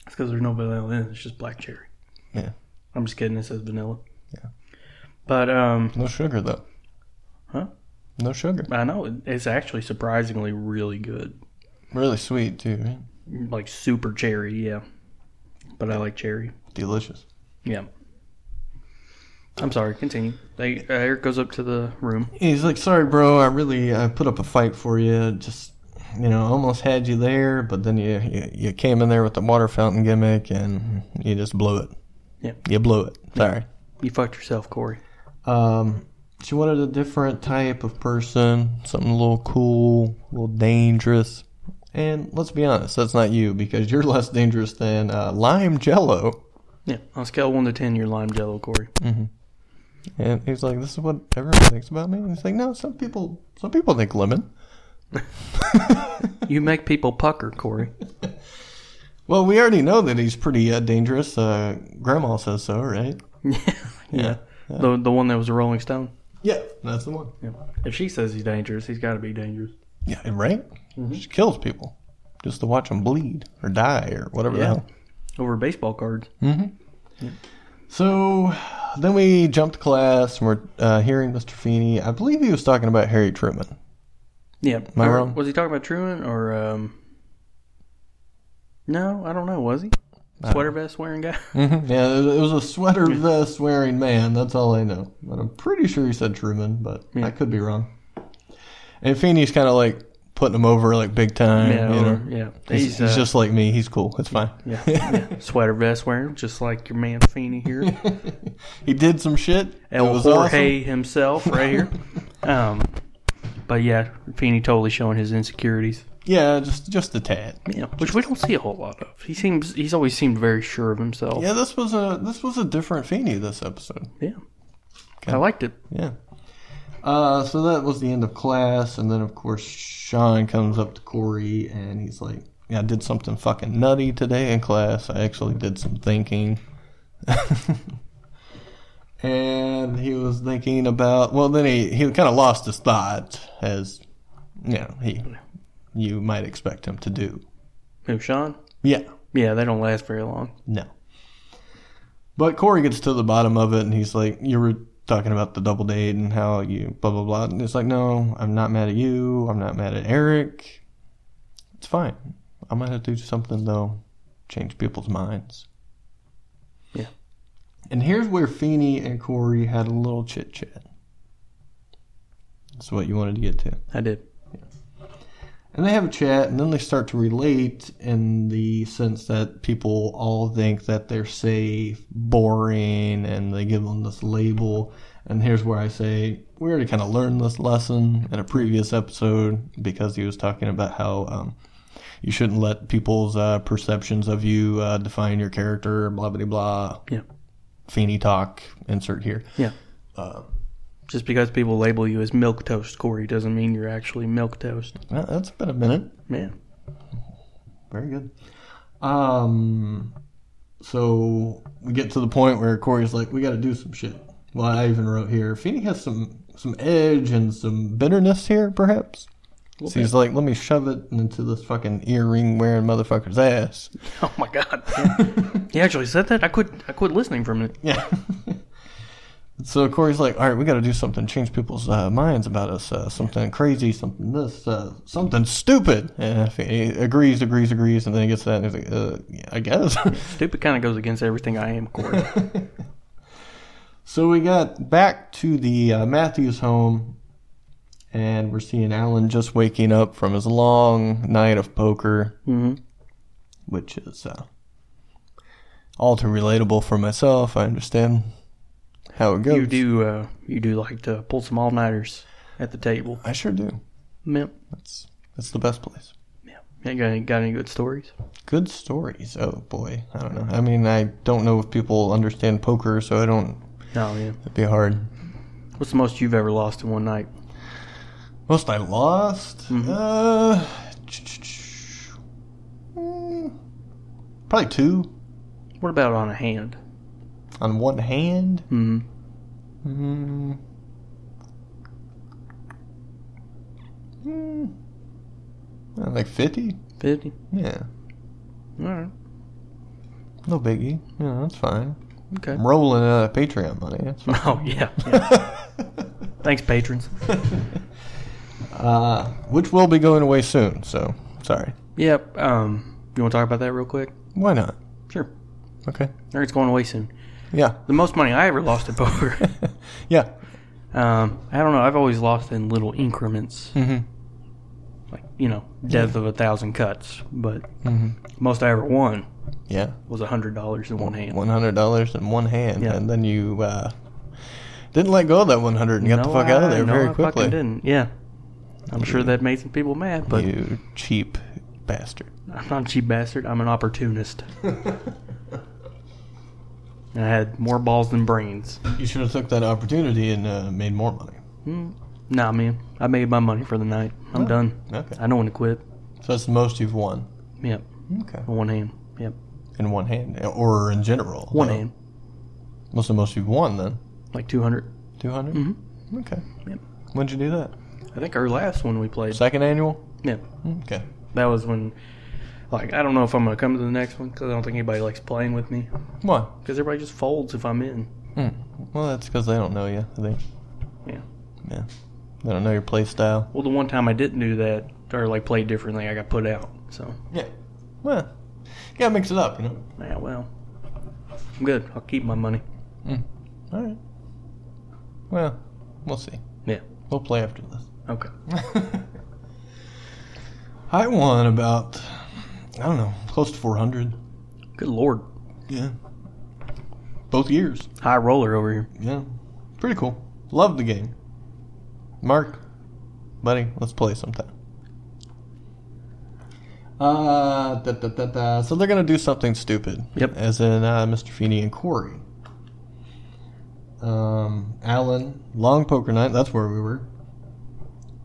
[SPEAKER 1] It's because there's no vanilla in it. It's just black cherry.
[SPEAKER 2] Yeah.
[SPEAKER 1] I'm just kidding. It says vanilla.
[SPEAKER 2] Yeah.
[SPEAKER 1] But um,
[SPEAKER 2] No sugar though.
[SPEAKER 1] Huh?
[SPEAKER 2] No sugar.
[SPEAKER 1] I know it- it's actually surprisingly really good.
[SPEAKER 2] Really sweet too. right?
[SPEAKER 1] Like super cherry, yeah. But I like cherry.
[SPEAKER 2] Delicious.
[SPEAKER 1] Yeah. I'm sorry. Continue. They, uh, Eric goes up to the room.
[SPEAKER 2] He's like, sorry, bro. I really I put up a fight for you. Just you know, almost had you there, but then you you, you came in there with the water fountain gimmick, and you just blew it.
[SPEAKER 1] Yeah.
[SPEAKER 2] You blew it. Sorry.
[SPEAKER 1] You fucked yourself, Corey.
[SPEAKER 2] Um, she wanted a different type of person, something a little cool, a little dangerous. And let's be honest, that's not you because you're less dangerous than uh, lime jello.
[SPEAKER 1] Yeah. On a scale of one to ten, you're lime jello, Corey.
[SPEAKER 2] And he's like, "This is what everyone thinks about me." And he's like, "No, some people, some people think lemon."
[SPEAKER 1] You make people pucker, Corey.
[SPEAKER 2] Well, we already know that he's pretty uh, dangerous. Uh, Grandma says so, right?
[SPEAKER 1] yeah.
[SPEAKER 2] Yeah.
[SPEAKER 1] The the one that was a Rolling Stone.
[SPEAKER 2] Yeah, that's the one.
[SPEAKER 1] Yeah. If she says he's dangerous, he's got to be dangerous.
[SPEAKER 2] Yeah, and right. She kills people just to watch them bleed or die or whatever the
[SPEAKER 1] Yeah.
[SPEAKER 2] hell.
[SPEAKER 1] Over baseball cards.
[SPEAKER 2] So then we jump to class and we're uh, hearing Mr. Feeney. I believe he was talking about Harry Truman.
[SPEAKER 1] Yeah.
[SPEAKER 2] I
[SPEAKER 1] Or-
[SPEAKER 2] wrong?
[SPEAKER 1] Was he talking about Truman or um? No, I don't know. Was he sweater vest wearing guy?
[SPEAKER 2] Yeah, it was a sweater vest wearing man. That's all I know. But I'm pretty sure he said Truman, but I could be wrong. And Feeney's kind of like putting him over like big time.
[SPEAKER 1] yeah.
[SPEAKER 2] you know?
[SPEAKER 1] or- yeah.
[SPEAKER 2] He's,
[SPEAKER 1] He's,
[SPEAKER 2] he's
[SPEAKER 1] uh,
[SPEAKER 2] just like me. He's cool. It's fine.
[SPEAKER 1] yeah, yeah. Sweater vest wearing, just like your man Feeney here.
[SPEAKER 2] He did some shit. It
[SPEAKER 1] El
[SPEAKER 2] was
[SPEAKER 1] Jorge himself right here. Um, but yeah, Feeney totally showing his insecurities.
[SPEAKER 2] awesome. Yeah, just just a tad.
[SPEAKER 1] Yeah, which we don't see a whole lot of. He seems he's always seemed very sure of himself.
[SPEAKER 2] Yeah, this was a this was a different Feeney this episode.
[SPEAKER 1] Yeah. I liked it.
[SPEAKER 2] Yeah. Uh, so that was the end of class, and then of course Sean comes up to Corey and he's like, "Yeah, I did something fucking nutty today in class. I actually did some thinking." and he was thinking about well, then he he kind of lost his thought as you know he you might expect him to do.
[SPEAKER 1] Who, Sean?
[SPEAKER 2] Yeah,
[SPEAKER 1] Yeah, they don't last very long.
[SPEAKER 2] no. But Corey gets to the bottom of it and he's like, You were talking about the double date and how you blah, blah, blah. And it's like, No, I'm not mad at you. I'm not mad at Eric. It's fine. I'm going to do something, though, change people's minds.
[SPEAKER 1] Yeah.
[SPEAKER 2] And here's where Feeney and Corey had a little chit chat. That's what you wanted to get to.
[SPEAKER 1] I did.
[SPEAKER 2] And they have a chat, and then they start to relate in the sense that people all think that they're safe, boring, and they give them this label. And here's where I say we already kind of learned this lesson in a previous episode because he was talking about how um, you shouldn't let people's uh, perceptions of you uh, define your character, blah, blah, blah.
[SPEAKER 1] Yeah.
[SPEAKER 2] Feeny talk, insert here.
[SPEAKER 1] Yeah. Um, Just because people label you as milk toast, Corey, doesn't mean you're actually milk toast.
[SPEAKER 2] Well, that's been a minute.
[SPEAKER 1] Yeah.
[SPEAKER 2] Very good. Um, so we get to the point where Corey's like, "We got to do some shit." Well, I even wrote here. Feeney has some some edge and some bitterness here, perhaps. So he's like, "Let me shove it into this fucking earring wearing motherfucker's ass."
[SPEAKER 1] Oh my god. he actually said that? I quit I quit listening for a minute.
[SPEAKER 2] Yeah. so Corey's like, "All right, we got to do something. Change people's uh, minds about us. Uh, something crazy. Something this. Uh, something stupid." And Feeney agrees, agrees, agrees, and then he gets that, and he's like, uh, yeah, "I guess."
[SPEAKER 1] Stupid kinda goes against everything I am, Corey.
[SPEAKER 2] So we got back to the uh, Matthews home, and we're seeing Alan just waking up from his long night of poker,
[SPEAKER 1] hmm
[SPEAKER 2] which is uh, all too relatable for myself. I understand how it goes.
[SPEAKER 1] You do uh, you do like to pull some all nighters at the table.
[SPEAKER 2] I sure do.
[SPEAKER 1] Mem-
[SPEAKER 2] That's that's the best place.
[SPEAKER 1] Yeah, got any, got any good stories?
[SPEAKER 2] Good stories. Oh boy, I don't know. I mean, I don't know if people understand poker, so I don't.
[SPEAKER 1] No, yeah.
[SPEAKER 2] It'd be hard.
[SPEAKER 1] What's the most you've ever lost in one night?
[SPEAKER 2] Most I lost? Uh, mm, probably two
[SPEAKER 1] What about on a hand?
[SPEAKER 2] on one hand.
[SPEAKER 1] hmm
[SPEAKER 2] Mm. Mm. Uh, Like 50?
[SPEAKER 1] Fifty.
[SPEAKER 2] Yeah.
[SPEAKER 1] All right.
[SPEAKER 2] No biggie. Yeah, that's fine.
[SPEAKER 1] Okay.
[SPEAKER 2] I'm rolling out of Patreon money. That's fine.
[SPEAKER 1] Oh yeah. yeah. Thanks, patrons.
[SPEAKER 2] Uh, which will be going away soon, so sorry.
[SPEAKER 1] Yep. Um, you want to talk about that real quick?
[SPEAKER 2] Why not?
[SPEAKER 1] Sure.
[SPEAKER 2] Okay.
[SPEAKER 1] Or It's going away soon.
[SPEAKER 2] Yeah.
[SPEAKER 1] The most money I ever lost at poker.
[SPEAKER 2] Yeah.
[SPEAKER 1] um, I don't know. I've always lost in little increments,
[SPEAKER 2] Mm-hmm.
[SPEAKER 1] like you know, death of a thousand cuts. But
[SPEAKER 2] Mm-hmm.
[SPEAKER 1] most I ever won
[SPEAKER 2] Yeah.
[SPEAKER 1] was a hundred dollars in one hand.
[SPEAKER 2] One hundred dollars in one hand,
[SPEAKER 1] Yeah.
[SPEAKER 2] and then you uh, didn't let go of that one hundred and got the
[SPEAKER 1] No,
[SPEAKER 2] fuck out of
[SPEAKER 1] I-
[SPEAKER 2] there
[SPEAKER 1] no,
[SPEAKER 2] very
[SPEAKER 1] I
[SPEAKER 2] quickly.
[SPEAKER 1] Fucking didn't. Yeah. I'm sure that made some people mad, but
[SPEAKER 2] You cheap bastard.
[SPEAKER 1] I'm not a cheap bastard. I'm an opportunist. And I had more balls than brains.
[SPEAKER 2] You should have took that opportunity and uh, made more money.
[SPEAKER 1] Nah, man. I made my money for the night. I'm
[SPEAKER 2] Oh.
[SPEAKER 1] done.
[SPEAKER 2] Okay.
[SPEAKER 1] I know when to quit.
[SPEAKER 2] So that's the most you've won.
[SPEAKER 1] Yep.
[SPEAKER 2] Okay.
[SPEAKER 1] On one hand. Yep.
[SPEAKER 2] In one hand, or in general.
[SPEAKER 1] One
[SPEAKER 2] though.
[SPEAKER 1] hand.
[SPEAKER 2] What's the most you've won then?
[SPEAKER 1] Like 200.
[SPEAKER 2] Two Mm-hmm. Okay.
[SPEAKER 1] Yep.
[SPEAKER 2] When'd you do that?
[SPEAKER 1] I think our last one we played.
[SPEAKER 2] Second annual.
[SPEAKER 1] Yep.
[SPEAKER 2] Okay.
[SPEAKER 1] That was when, like, I don't know if I'm going to come to the next one because I don't think anybody likes playing with me
[SPEAKER 2] Why?
[SPEAKER 1] because everybody just folds if I'm in.
[SPEAKER 2] Hmm. Well, that's because they don't know you. I think.
[SPEAKER 1] Yeah.
[SPEAKER 2] Yeah. They don't know your play style.
[SPEAKER 1] Well, the one time I didn't do that or, like, played differently, I got put out. So,
[SPEAKER 2] Yeah. Well, you gotta mix it up, you know.
[SPEAKER 1] yeah, well, I'm good. I'll keep my money.
[SPEAKER 2] All right. Well, we'll see.
[SPEAKER 1] Yeah.
[SPEAKER 2] We'll play after this.
[SPEAKER 1] Okay.
[SPEAKER 2] I won about, I don't know, close to 400.
[SPEAKER 1] Good lord.
[SPEAKER 2] Yeah. Both years.
[SPEAKER 1] High roller over here.
[SPEAKER 2] Yeah. Pretty cool. Love the game. Mark, buddy, let's play sometime. Uh, da, da, da, da. So they're going to do something stupid.
[SPEAKER 1] Yep.
[SPEAKER 2] As in uh, Mr. Feeney and Corey. Um, Alan, long poker night, that's where we were.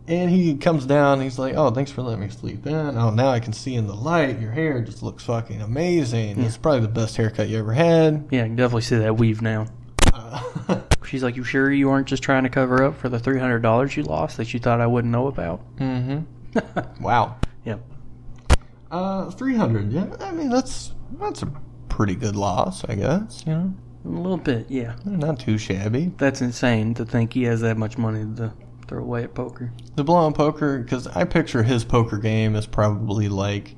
[SPEAKER 2] And he comes down, he's like, Oh, thanks for letting me sleep in. Oh, now I can see in the light. Your hair just looks fucking amazing. It's probably the best haircut you ever had.
[SPEAKER 1] Yeah, I can definitely see that weave now.
[SPEAKER 2] Uh,
[SPEAKER 1] She's like, You sure you aren't just trying to cover up for the $300 you lost that you thought I wouldn't know about?
[SPEAKER 2] Mm-hmm. wow.
[SPEAKER 1] Yeah.
[SPEAKER 2] Uh, three hundred. Yeah, I mean that's that's a pretty good loss, I guess. You know,
[SPEAKER 1] A little bit, yeah.
[SPEAKER 2] not too shabby.
[SPEAKER 1] That's insane to think he has that much money to throw away at poker.
[SPEAKER 2] The blow on poker, because I picture his poker game as probably like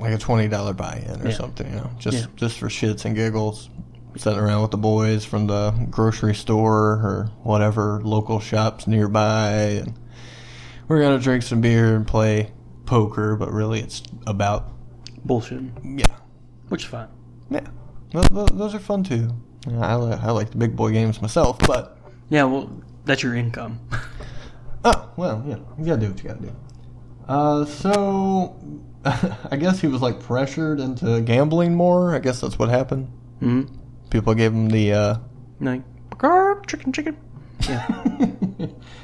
[SPEAKER 2] like a twenty dollar buy in or
[SPEAKER 1] Yeah.
[SPEAKER 2] something. You know, just
[SPEAKER 1] Yeah.
[SPEAKER 2] just for shits and giggles, sitting around with the boys from the grocery store or whatever local shops nearby, and we're gonna drink some beer and play poker. But really, it's about
[SPEAKER 1] Bullshit.
[SPEAKER 2] yeah.
[SPEAKER 1] Which is fine.
[SPEAKER 2] Yeah, Th- th- those are fun too. Yeah, I, li- I like the big boy games myself, but
[SPEAKER 1] Yeah, well, that's your income.
[SPEAKER 2] oh well, yeah, you gotta do what you gotta do. Uh, so I guess he was like pressured into gambling more. I guess that's what happened.
[SPEAKER 1] hmm
[SPEAKER 2] People gave him the, uh,
[SPEAKER 1] Like, carb, chicken, chicken. Yeah.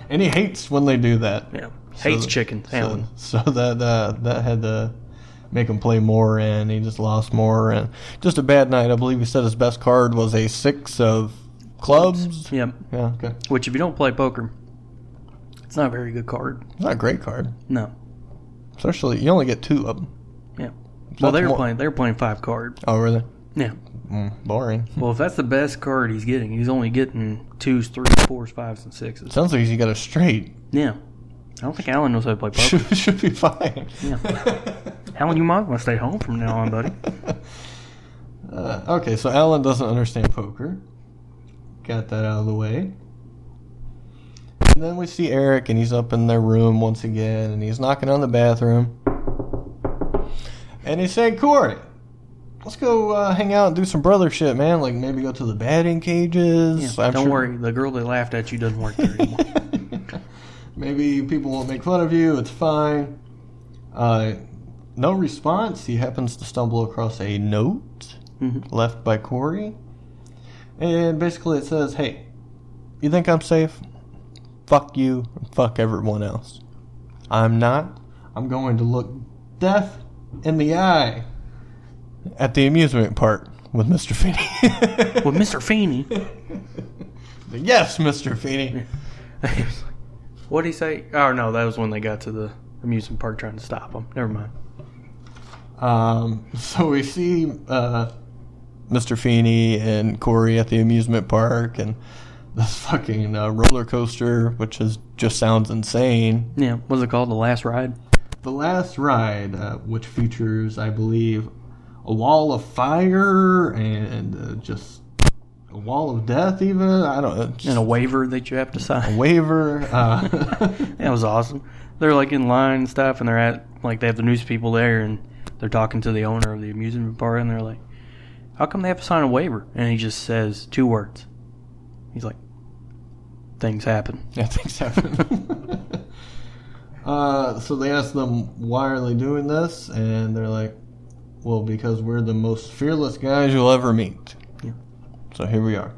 [SPEAKER 2] and he hates when they do that.
[SPEAKER 1] Yeah. Hates
[SPEAKER 2] So-
[SPEAKER 1] chicken, Alan.
[SPEAKER 2] So, so that uh, that had to make him play more, and he just lost more, and just a bad night. I believe he said his best card was a six of clubs.
[SPEAKER 1] Yeah.
[SPEAKER 2] Yeah, okay,
[SPEAKER 1] Which, if you don't play poker, it's not a very good card.
[SPEAKER 2] it's not a great card.
[SPEAKER 1] No.
[SPEAKER 2] Especially, you only get two of them.
[SPEAKER 1] Yeah. Well, they
[SPEAKER 2] that's
[SPEAKER 1] were
[SPEAKER 2] more-
[SPEAKER 1] playing. They were playing five card.
[SPEAKER 2] Oh, really?
[SPEAKER 1] Yeah.
[SPEAKER 2] Mm, boring.
[SPEAKER 1] Well, if that's the best card he's getting, he's only getting twos, threes, fours, fives, and sixes.
[SPEAKER 2] Sounds like you got a straight.
[SPEAKER 1] Yeah. I don't think Alan knows how to play poker.
[SPEAKER 2] Should, should be fine.
[SPEAKER 1] Alan, you might want to stay home from now on, buddy.
[SPEAKER 2] Uh, okay, so Alan doesn't understand poker. Got that out of the way. And then we see Eric, and he's up in their room once again, and he's knocking on the bathroom. And he said, Corey, let's go uh, hang out and do some brother shit, man. Like maybe go to the batting
[SPEAKER 1] Yeah,
[SPEAKER 2] cages. I'm
[SPEAKER 1] don't
[SPEAKER 2] sure-
[SPEAKER 1] worry. The girl that laughed at you doesn't work there anymore.
[SPEAKER 2] Maybe people won't make fun of you. It's fine. Uh, no response. He happens to stumble across a note
[SPEAKER 1] Mhm.
[SPEAKER 2] left by Corey. And basically it says, hey, you think I'm safe? Fuck you and fuck everyone else. I'm not. I'm going to look death in the eye at the amusement park with Mr. Feeney.
[SPEAKER 1] With Mr. Feeney.
[SPEAKER 2] yes, Mr. Feeney.
[SPEAKER 1] What'd he say? Oh, no, that was when they got to the amusement park trying to stop him. Never mind.
[SPEAKER 2] Um, so we see uh, Mr. Feeney and Corey at the amusement park and this fucking uh, roller coaster, which is just sounds insane.
[SPEAKER 1] Yeah, what's it called? The last ride?
[SPEAKER 2] The last ride, uh, which features, I believe, a wall of fire and uh, just a wall of death. Even I don't know.
[SPEAKER 1] And
[SPEAKER 2] Just
[SPEAKER 1] a waiver that you have to sign.
[SPEAKER 2] waiver. Uh,
[SPEAKER 1] That was awesome. They're like in line and stuff, and they're at like they have the news people there, and they're talking to the owner of the amusement park, and they're like, "How come they have to sign a waiver?" And he just says two words. He's like, "Things happen."
[SPEAKER 2] Yeah, things happen. uh, so they asked them, why are they doing this? And they're like, well, because we're the most fearless guys you'll ever meet.
[SPEAKER 1] Yeah.
[SPEAKER 2] So here we are.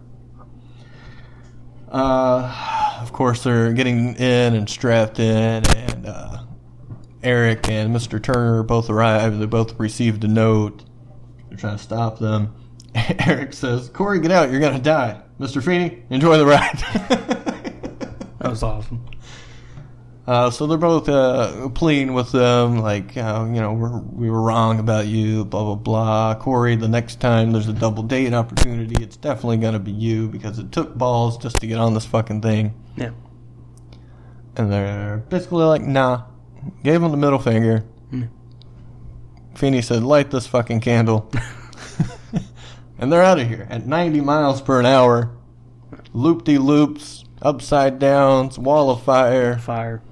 [SPEAKER 2] Uh, of course, they're getting in and strapped in, and uh, Eric and Mr. Turner both arrived. They both received a note. They're trying to stop them. Eric says, Corey, get out. You're going to die. Mr. Feeney, enjoy the ride.
[SPEAKER 1] That was awesome.
[SPEAKER 2] Uh, so they're both uh, pleading with them, like, uh, you know, we're, we were wrong about you, blah, blah, blah. Corey, the next time there's a double date opportunity, it's definitely going to be you because it took balls just to get on this fucking thing.
[SPEAKER 1] Yeah.
[SPEAKER 2] And they're basically like, nah. Gave him the middle finger.
[SPEAKER 1] Mm.
[SPEAKER 2] Feeney said, light this fucking candle. and they're out of here at 90 miles per an hour. Loop de loops, upside downs, wall of fire.
[SPEAKER 1] Fire.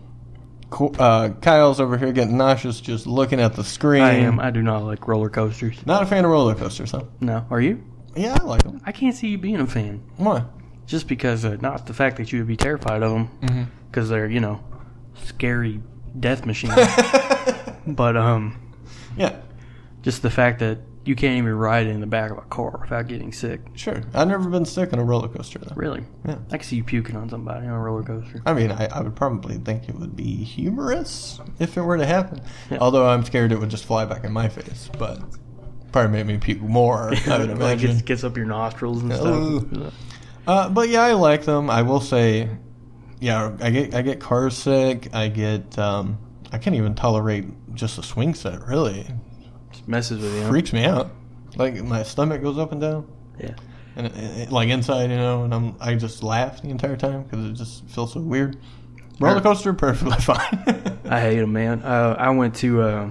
[SPEAKER 2] Co- uh, Kyle's over here getting nauseous just looking at the screen.
[SPEAKER 1] I am. I do not like roller coasters.
[SPEAKER 2] Not a fan of roller coasters, huh?
[SPEAKER 1] No. Are you?
[SPEAKER 2] Yeah, I like them.
[SPEAKER 1] I can't see you being a fan.
[SPEAKER 2] Why?
[SPEAKER 1] Just because, uh, not the fact that you would be terrified of them,
[SPEAKER 2] Mhm.
[SPEAKER 1] because they're, you know, scary death machines, but, um,.
[SPEAKER 2] Yeah,
[SPEAKER 1] just the fact that you can't even ride in the back of a car without getting sick.
[SPEAKER 2] sure. I've never been sick on a roller coaster, though.
[SPEAKER 1] Really?
[SPEAKER 2] Yeah.
[SPEAKER 1] I can see you puking on somebody on a roller coaster.
[SPEAKER 2] I mean, I, I would probably think it would be humorous if it were to happen.
[SPEAKER 1] Yeah.
[SPEAKER 2] Although I'm scared it would just fly back in my face, but probably make me puke more, I
[SPEAKER 1] like
[SPEAKER 2] would
[SPEAKER 1] gets,
[SPEAKER 2] imagine.
[SPEAKER 1] gets up your nostrils and
[SPEAKER 2] Ooh.
[SPEAKER 1] stuff.
[SPEAKER 2] Uh, but yeah, I like them. I will say, yeah, I get I get car sick. I get um, I can't even tolerate just a swing set. Really,
[SPEAKER 1] Just messes with you. huh?
[SPEAKER 2] freaks me out. Like my stomach goes up and down,
[SPEAKER 1] Yeah.
[SPEAKER 2] and it, it- like inside, you know. And I'm I just laugh the entire time because it just feels so weird. Roller
[SPEAKER 1] Sure.
[SPEAKER 2] coaster, perfectly fine.
[SPEAKER 1] I hate them, man. Uh, I went to uh,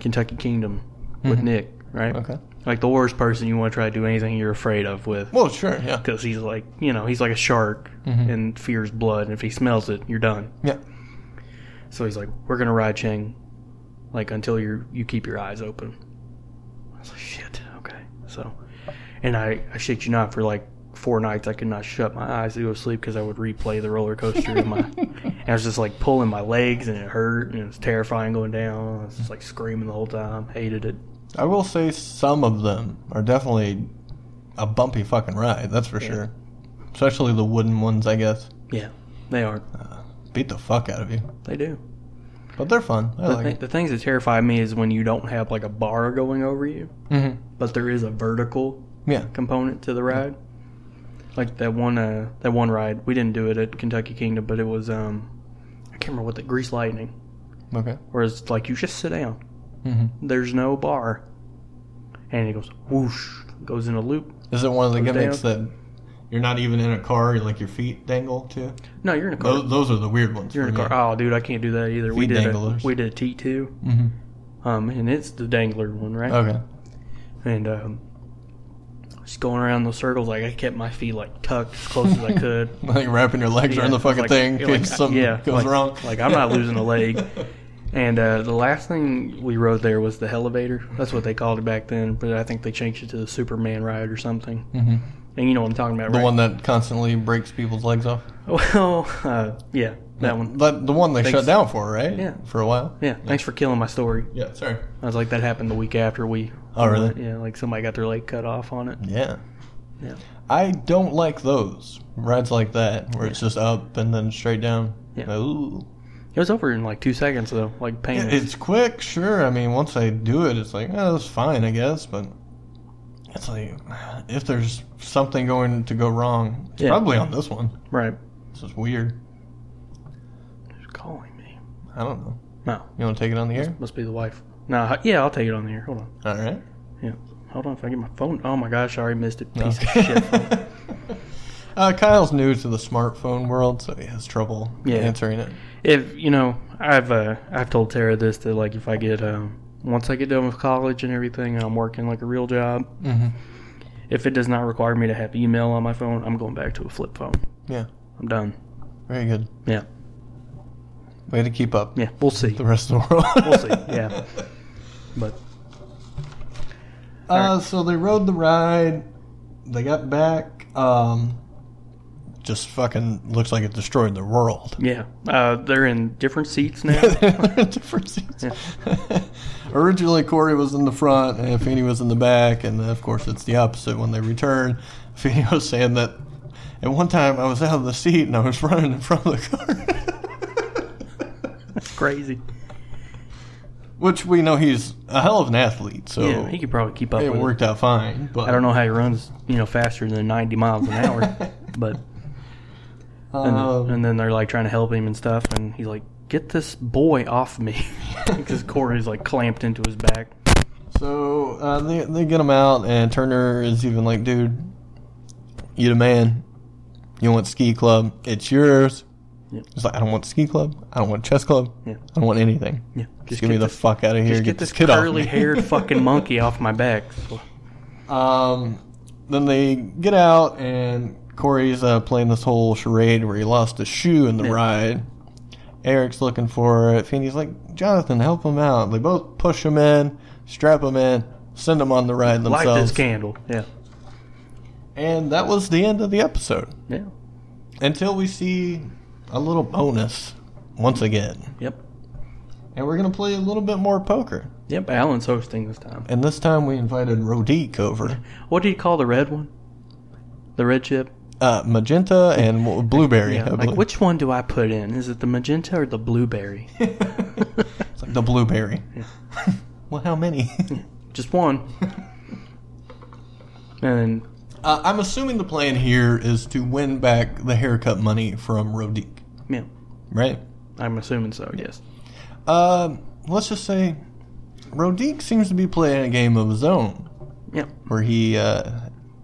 [SPEAKER 1] Kentucky Kingdom with Nick, right?
[SPEAKER 2] Mm-hmm. okay.
[SPEAKER 1] Like the worst person you want to try to do anything you're afraid of with.
[SPEAKER 2] Well, sure, yeah,
[SPEAKER 1] Because he's like, you know, he's like a shark and fears blood. And if he smells it, you're done.
[SPEAKER 2] yeah,
[SPEAKER 1] So he's like, "We're gonna ride Chang, like until you you keep your eyes open." I was like, "Shit, okay." So, and I I shit you not, for like four nights I could not shut my eyes to go to sleep because I would replay the roller coaster in my. And I was just like pulling my legs and it hurt and it was terrifying going down. I was just like screaming the whole time. Hated it.
[SPEAKER 2] I will say some of them are definitely a bumpy fucking ride. That's for sure. Especially the wooden ones, I guess.
[SPEAKER 1] Yeah, they are.
[SPEAKER 2] Beat the fuck out of you,
[SPEAKER 1] They do.
[SPEAKER 2] but they're fun. I
[SPEAKER 1] The,
[SPEAKER 2] like
[SPEAKER 1] thi-
[SPEAKER 2] it.
[SPEAKER 1] the things that terrify me is when you don't have like a bar going over you,
[SPEAKER 2] Mhm.
[SPEAKER 1] but there is a vertical
[SPEAKER 2] Yeah,
[SPEAKER 1] component to the ride. Like that one uh that one ride. We didn't do it at Kentucky Kingdom, but it was um I can't remember what the Grease Lightning.
[SPEAKER 2] okay.
[SPEAKER 1] Where it's like you just sit down.
[SPEAKER 2] hmm
[SPEAKER 1] There's no bar. And it goes whoosh, goes in a loop.
[SPEAKER 2] Is it one of the
[SPEAKER 1] Goes
[SPEAKER 2] gimmicks that you're not even in a car? You're like your feet dangle too.
[SPEAKER 1] No, you're in a car.
[SPEAKER 2] Those, those are the weird ones.
[SPEAKER 1] you're in a
[SPEAKER 2] for me.
[SPEAKER 1] car. Oh dude, I can't do that either. We
[SPEAKER 2] Feed
[SPEAKER 1] did a,
[SPEAKER 2] danglers.
[SPEAKER 1] we did a T two.
[SPEAKER 2] Mhm.
[SPEAKER 1] Um and it's the dangler one, right?
[SPEAKER 2] Okay.
[SPEAKER 1] and um just going around those circles like I kept my feet like tucked as close as I could.
[SPEAKER 2] Like wrapping your legs around the
[SPEAKER 1] Yeah,
[SPEAKER 2] fucking
[SPEAKER 1] like-
[SPEAKER 2] thing in
[SPEAKER 1] like,
[SPEAKER 2] case something
[SPEAKER 1] yeah,
[SPEAKER 2] goes
[SPEAKER 1] like-
[SPEAKER 2] wrong.
[SPEAKER 1] like, I'm not losing a leg. And uh, the last thing we rode there was the elevator. That's what they called it back then, but I think they changed it to the Superman ride or something.
[SPEAKER 2] Mhm.
[SPEAKER 1] And you know what I'm talking about,
[SPEAKER 2] The
[SPEAKER 1] right?
[SPEAKER 2] one that constantly breaks people's legs off.
[SPEAKER 1] Well, uh, yeah, that one.
[SPEAKER 2] That, the one they shut
[SPEAKER 1] Thanks.
[SPEAKER 2] down for, right?
[SPEAKER 1] Yeah.
[SPEAKER 2] For a while.
[SPEAKER 1] Yeah, thanks for killing my story.
[SPEAKER 2] Yeah. Sorry.
[SPEAKER 1] I was like, that happened the week after we.
[SPEAKER 2] Oh, really?
[SPEAKER 1] Yeah, like somebody got their leg cut off on it.
[SPEAKER 2] Yeah.
[SPEAKER 1] Yeah.
[SPEAKER 2] I don't like those rides like that where it's just up and then straight down.
[SPEAKER 1] Yeah.
[SPEAKER 2] Ooh.
[SPEAKER 1] It was over in like two seconds though, like pain.
[SPEAKER 2] It's quick, sure. I mean, once I do it, it's like, oh, that's fine, I guess. But it's like, if there's something going to go wrong, it's
[SPEAKER 1] Yeah.
[SPEAKER 2] probably on this one.
[SPEAKER 1] right.
[SPEAKER 2] This is weird.
[SPEAKER 1] Who's calling me?
[SPEAKER 2] I don't know.
[SPEAKER 1] No,
[SPEAKER 2] You want to take it on the air?
[SPEAKER 1] must be the wife. No, yeah, I'll take it on the air. Hold on.
[SPEAKER 2] All right.
[SPEAKER 1] Yeah. Hold on, if I get my phone. Oh my gosh, I already missed it. Piece
[SPEAKER 2] Okay.
[SPEAKER 1] of shit.
[SPEAKER 2] Uh, Kyle's new to the smartphone world, so he has trouble
[SPEAKER 1] Yeah.
[SPEAKER 2] answering it.
[SPEAKER 1] if you know i've uh, i've told tara this that like if i get um once i get done with college and everything and i'm working like a real job
[SPEAKER 2] Mm-hmm.
[SPEAKER 1] if it does not require me to have email on my phone i'm going back to a flip phone
[SPEAKER 2] Yeah,
[SPEAKER 1] i'm done
[SPEAKER 2] very good.
[SPEAKER 1] yeah
[SPEAKER 2] Way to keep up
[SPEAKER 1] yeah we'll see
[SPEAKER 2] the rest of the world.
[SPEAKER 1] we'll see yeah but
[SPEAKER 2] Uh, so they rode the ride. They got back. Um, just fucking looks like it destroyed the world.
[SPEAKER 1] yeah uh they're in different seats now
[SPEAKER 2] They're in different seats. Originally, Corey was in the front and Feeney was in the back, and of course, it's the opposite when they return. Feeney was saying that at one time I was out of the seat and I was running in front of the car.
[SPEAKER 1] that's crazy
[SPEAKER 2] Which we know he's a hell of an athlete, so
[SPEAKER 1] yeah he could probably keep up
[SPEAKER 2] it
[SPEAKER 1] with
[SPEAKER 2] worked out fine. But
[SPEAKER 1] it. i don't know how he runs you know faster than 90 miles an hour but And,
[SPEAKER 2] Um,
[SPEAKER 1] and then they're like trying to help him and stuff, and he's like, "Get this boy off me," because Corey's like clamped into his back.
[SPEAKER 2] So uh, they they get him out, and Turner is even like, dude, you the man. You want ski club? It's yours.
[SPEAKER 1] Yeah.
[SPEAKER 2] He's like, I don't want ski club. I don't want chess club.
[SPEAKER 1] Yeah.
[SPEAKER 2] I don't want anything.
[SPEAKER 1] Yeah,
[SPEAKER 2] Just, give me the
[SPEAKER 1] this,
[SPEAKER 2] fuck out of here.
[SPEAKER 1] just
[SPEAKER 2] get,
[SPEAKER 1] get this
[SPEAKER 2] kid
[SPEAKER 1] curly
[SPEAKER 2] off me.
[SPEAKER 1] haired fucking monkey off my back.
[SPEAKER 2] Um, then they get out, and Corey's uh, playing this whole charade where he lost his shoe in the
[SPEAKER 1] Yeah.
[SPEAKER 2] ride. Eric's looking for it. Feeney's like, Jonathan, help him out. They both push him in, strap him in, send him on the ride
[SPEAKER 1] Light
[SPEAKER 2] themselves.
[SPEAKER 1] this candle. Yeah,
[SPEAKER 2] And that was the end of the episode.
[SPEAKER 1] yeah,
[SPEAKER 2] Until we see a little bonus once again.
[SPEAKER 1] yep,
[SPEAKER 2] And we're going to play a little bit more poker.
[SPEAKER 1] yep. Alan's hosting this time.
[SPEAKER 2] And this time we invited Rodique over.
[SPEAKER 1] What do you call the red one? The red chip.
[SPEAKER 2] Uh, magenta and w- blueberry.
[SPEAKER 1] Yeah.
[SPEAKER 2] I
[SPEAKER 1] Like
[SPEAKER 2] believe.
[SPEAKER 1] which one do I put in? Is it the magenta or the blueberry?
[SPEAKER 2] It's like the blueberry. well, how many?
[SPEAKER 1] Just one. And
[SPEAKER 2] uh, I'm assuming the plan here is to win back the haircut money from Rodique,
[SPEAKER 1] yeah,
[SPEAKER 2] right?
[SPEAKER 1] I'm assuming so. Yes.
[SPEAKER 2] Um, let's just say Rodique seems to be playing a game of his own.
[SPEAKER 1] Yeah.
[SPEAKER 2] where he uh,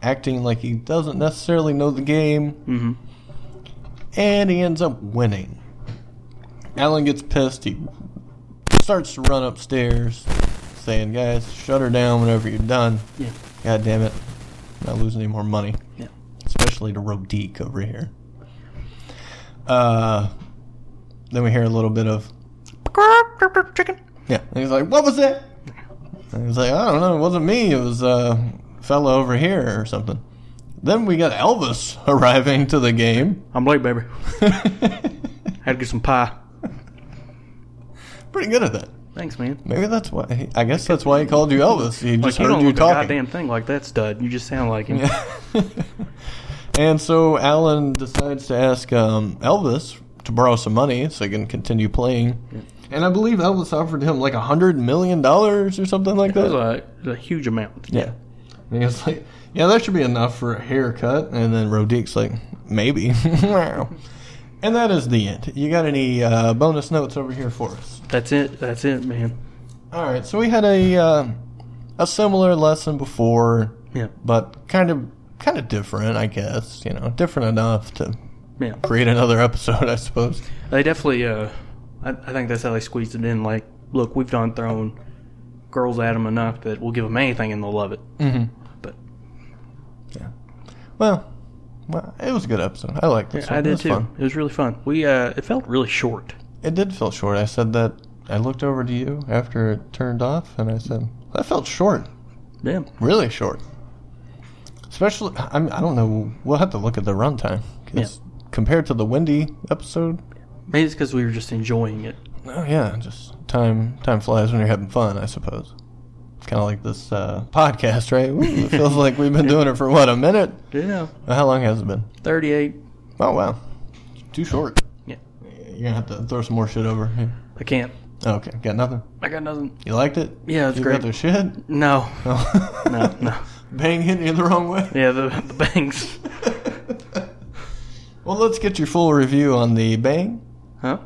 [SPEAKER 2] acting like he doesn't necessarily know the game,
[SPEAKER 1] Mm-hmm.
[SPEAKER 2] and he ends up winning. Alan gets pissed. He starts to run upstairs, saying, "Guys, shut her down whenever you're done.
[SPEAKER 1] Yeah.
[SPEAKER 2] God damn it, I'm not losing any more money,
[SPEAKER 1] Yeah.
[SPEAKER 2] especially to Rodique over here." Uh, then we hear a little bit of
[SPEAKER 1] Chicken.
[SPEAKER 2] yeah. And he's like, "What was that?" And he's like, "I don't know. It wasn't me. It was uh, a fella over here or something." Then we got Elvis arriving to the game.
[SPEAKER 1] I'm late, baby.
[SPEAKER 2] Pretty
[SPEAKER 1] Had to get some pie.
[SPEAKER 2] good at that.
[SPEAKER 1] Thanks, man.
[SPEAKER 2] Maybe that's why. I guess that's why he called you Elvis. He
[SPEAKER 1] Like
[SPEAKER 2] just
[SPEAKER 1] you
[SPEAKER 2] heard
[SPEAKER 1] don't
[SPEAKER 2] you
[SPEAKER 1] look a
[SPEAKER 2] talking.
[SPEAKER 1] goddamn thing like that stud. You just sound like him.
[SPEAKER 2] and so Alan decides to ask um, Elvis to borrow some money so he can continue playing. And I believe Elvis offered him like a hundred million dollars or something like
[SPEAKER 1] That was
[SPEAKER 2] that.
[SPEAKER 1] a, it was a huge amount.
[SPEAKER 2] Yeah. And he was like, yeah, that should be enough for a haircut. And then Rodique's like, maybe. and that is the end. You got any uh, bonus notes over here for us?
[SPEAKER 1] That's it. That's it, man.
[SPEAKER 2] All right. So we had a uh, a similar lesson before,
[SPEAKER 1] Yeah,
[SPEAKER 2] but kind of kind of different, I guess. You know, different enough to
[SPEAKER 1] yeah.
[SPEAKER 2] create another episode, I suppose.
[SPEAKER 1] They definitely. Uh, I, I think that's how they squeezed it in. Like, look, we've done thrown girls at them enough that we'll give them anything and they'll love it.
[SPEAKER 2] Mm-hmm.
[SPEAKER 1] But
[SPEAKER 2] Well, well, it was a good episode. I liked this one.
[SPEAKER 1] I
[SPEAKER 2] it
[SPEAKER 1] did
[SPEAKER 2] was
[SPEAKER 1] too.
[SPEAKER 2] Fun.
[SPEAKER 1] It was really fun. We uh, it felt really short.
[SPEAKER 2] It did feel short. I said that. I looked over to you after it turned off, and I said that felt short,
[SPEAKER 1] Yeah,
[SPEAKER 2] really short. Especially, I'm, I don't know. We'll have to look at the runtime. 'cause Compared to the Wendy episode,
[SPEAKER 1] maybe it's because we were just enjoying it.
[SPEAKER 2] oh yeah, just time time flies when you're having fun, I suppose. Kind of like this uh, podcast, right? Ooh, it feels like we've been doing it for what a minute.
[SPEAKER 1] You know,
[SPEAKER 2] How long has it been?
[SPEAKER 1] thirty-eight.
[SPEAKER 2] Oh wow, too short.
[SPEAKER 1] Yeah.
[SPEAKER 2] you're gonna have to throw some more shit over. here. Oh,
[SPEAKER 1] I can't.
[SPEAKER 2] Okay, got nothing.
[SPEAKER 1] I got nothing.
[SPEAKER 2] You liked it?
[SPEAKER 1] Yeah, it's
[SPEAKER 2] you
[SPEAKER 1] great.
[SPEAKER 2] Got the shit.
[SPEAKER 1] No,
[SPEAKER 2] Oh.
[SPEAKER 1] no, no.
[SPEAKER 2] Bang hitting you the wrong way.
[SPEAKER 1] Yeah, the, the bangs.
[SPEAKER 2] well, let's get your full review on the bang.
[SPEAKER 1] Huh?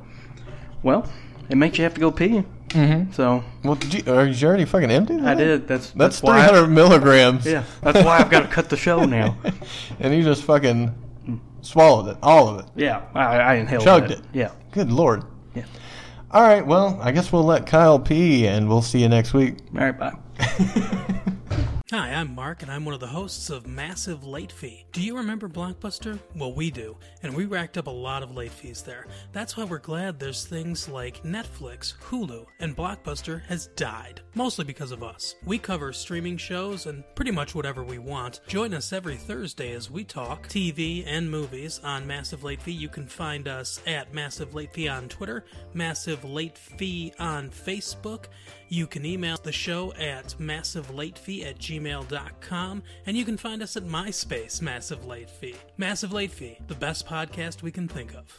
[SPEAKER 1] Well, it makes you have to go pee.
[SPEAKER 2] Mm-hmm.
[SPEAKER 1] So
[SPEAKER 2] Well, did you, are you already fucking empty?
[SPEAKER 1] I did. That's
[SPEAKER 2] That's,
[SPEAKER 1] why. I-
[SPEAKER 2] 300 milligrams.
[SPEAKER 1] yeah, that's why I've got to cut the show now.
[SPEAKER 2] and you just fucking swallowed it, all of it.
[SPEAKER 1] Yeah, I, I inhaled.
[SPEAKER 2] Chugged
[SPEAKER 1] that.
[SPEAKER 2] it.
[SPEAKER 1] Yeah.
[SPEAKER 2] Good lord.
[SPEAKER 1] Yeah.
[SPEAKER 2] All right. Well, I guess we'll let Kyle pee, and we'll see you next week.
[SPEAKER 1] All right. Bye.
[SPEAKER 3] Hi, I'm Mark, and I'm one of the hosts of Massive Late Fee. Do you remember Blockbuster? Well, we do, and we racked up a lot of late fees there. That's why we're glad there's things like Netflix, Hulu, and Blockbuster has died, mostly because of us. We cover streaming shows and pretty much whatever we want. Join us every Thursday as we talk TV and movies on Massive Late Fee. You can find us at Massive Late Fee on Twitter, Massive Late Fee on Facebook. You can email the show at massivelatefee at gmail.com, and you can find us at MySpace Massive Late Fee. Massive Late Fee, the best podcast we can think of.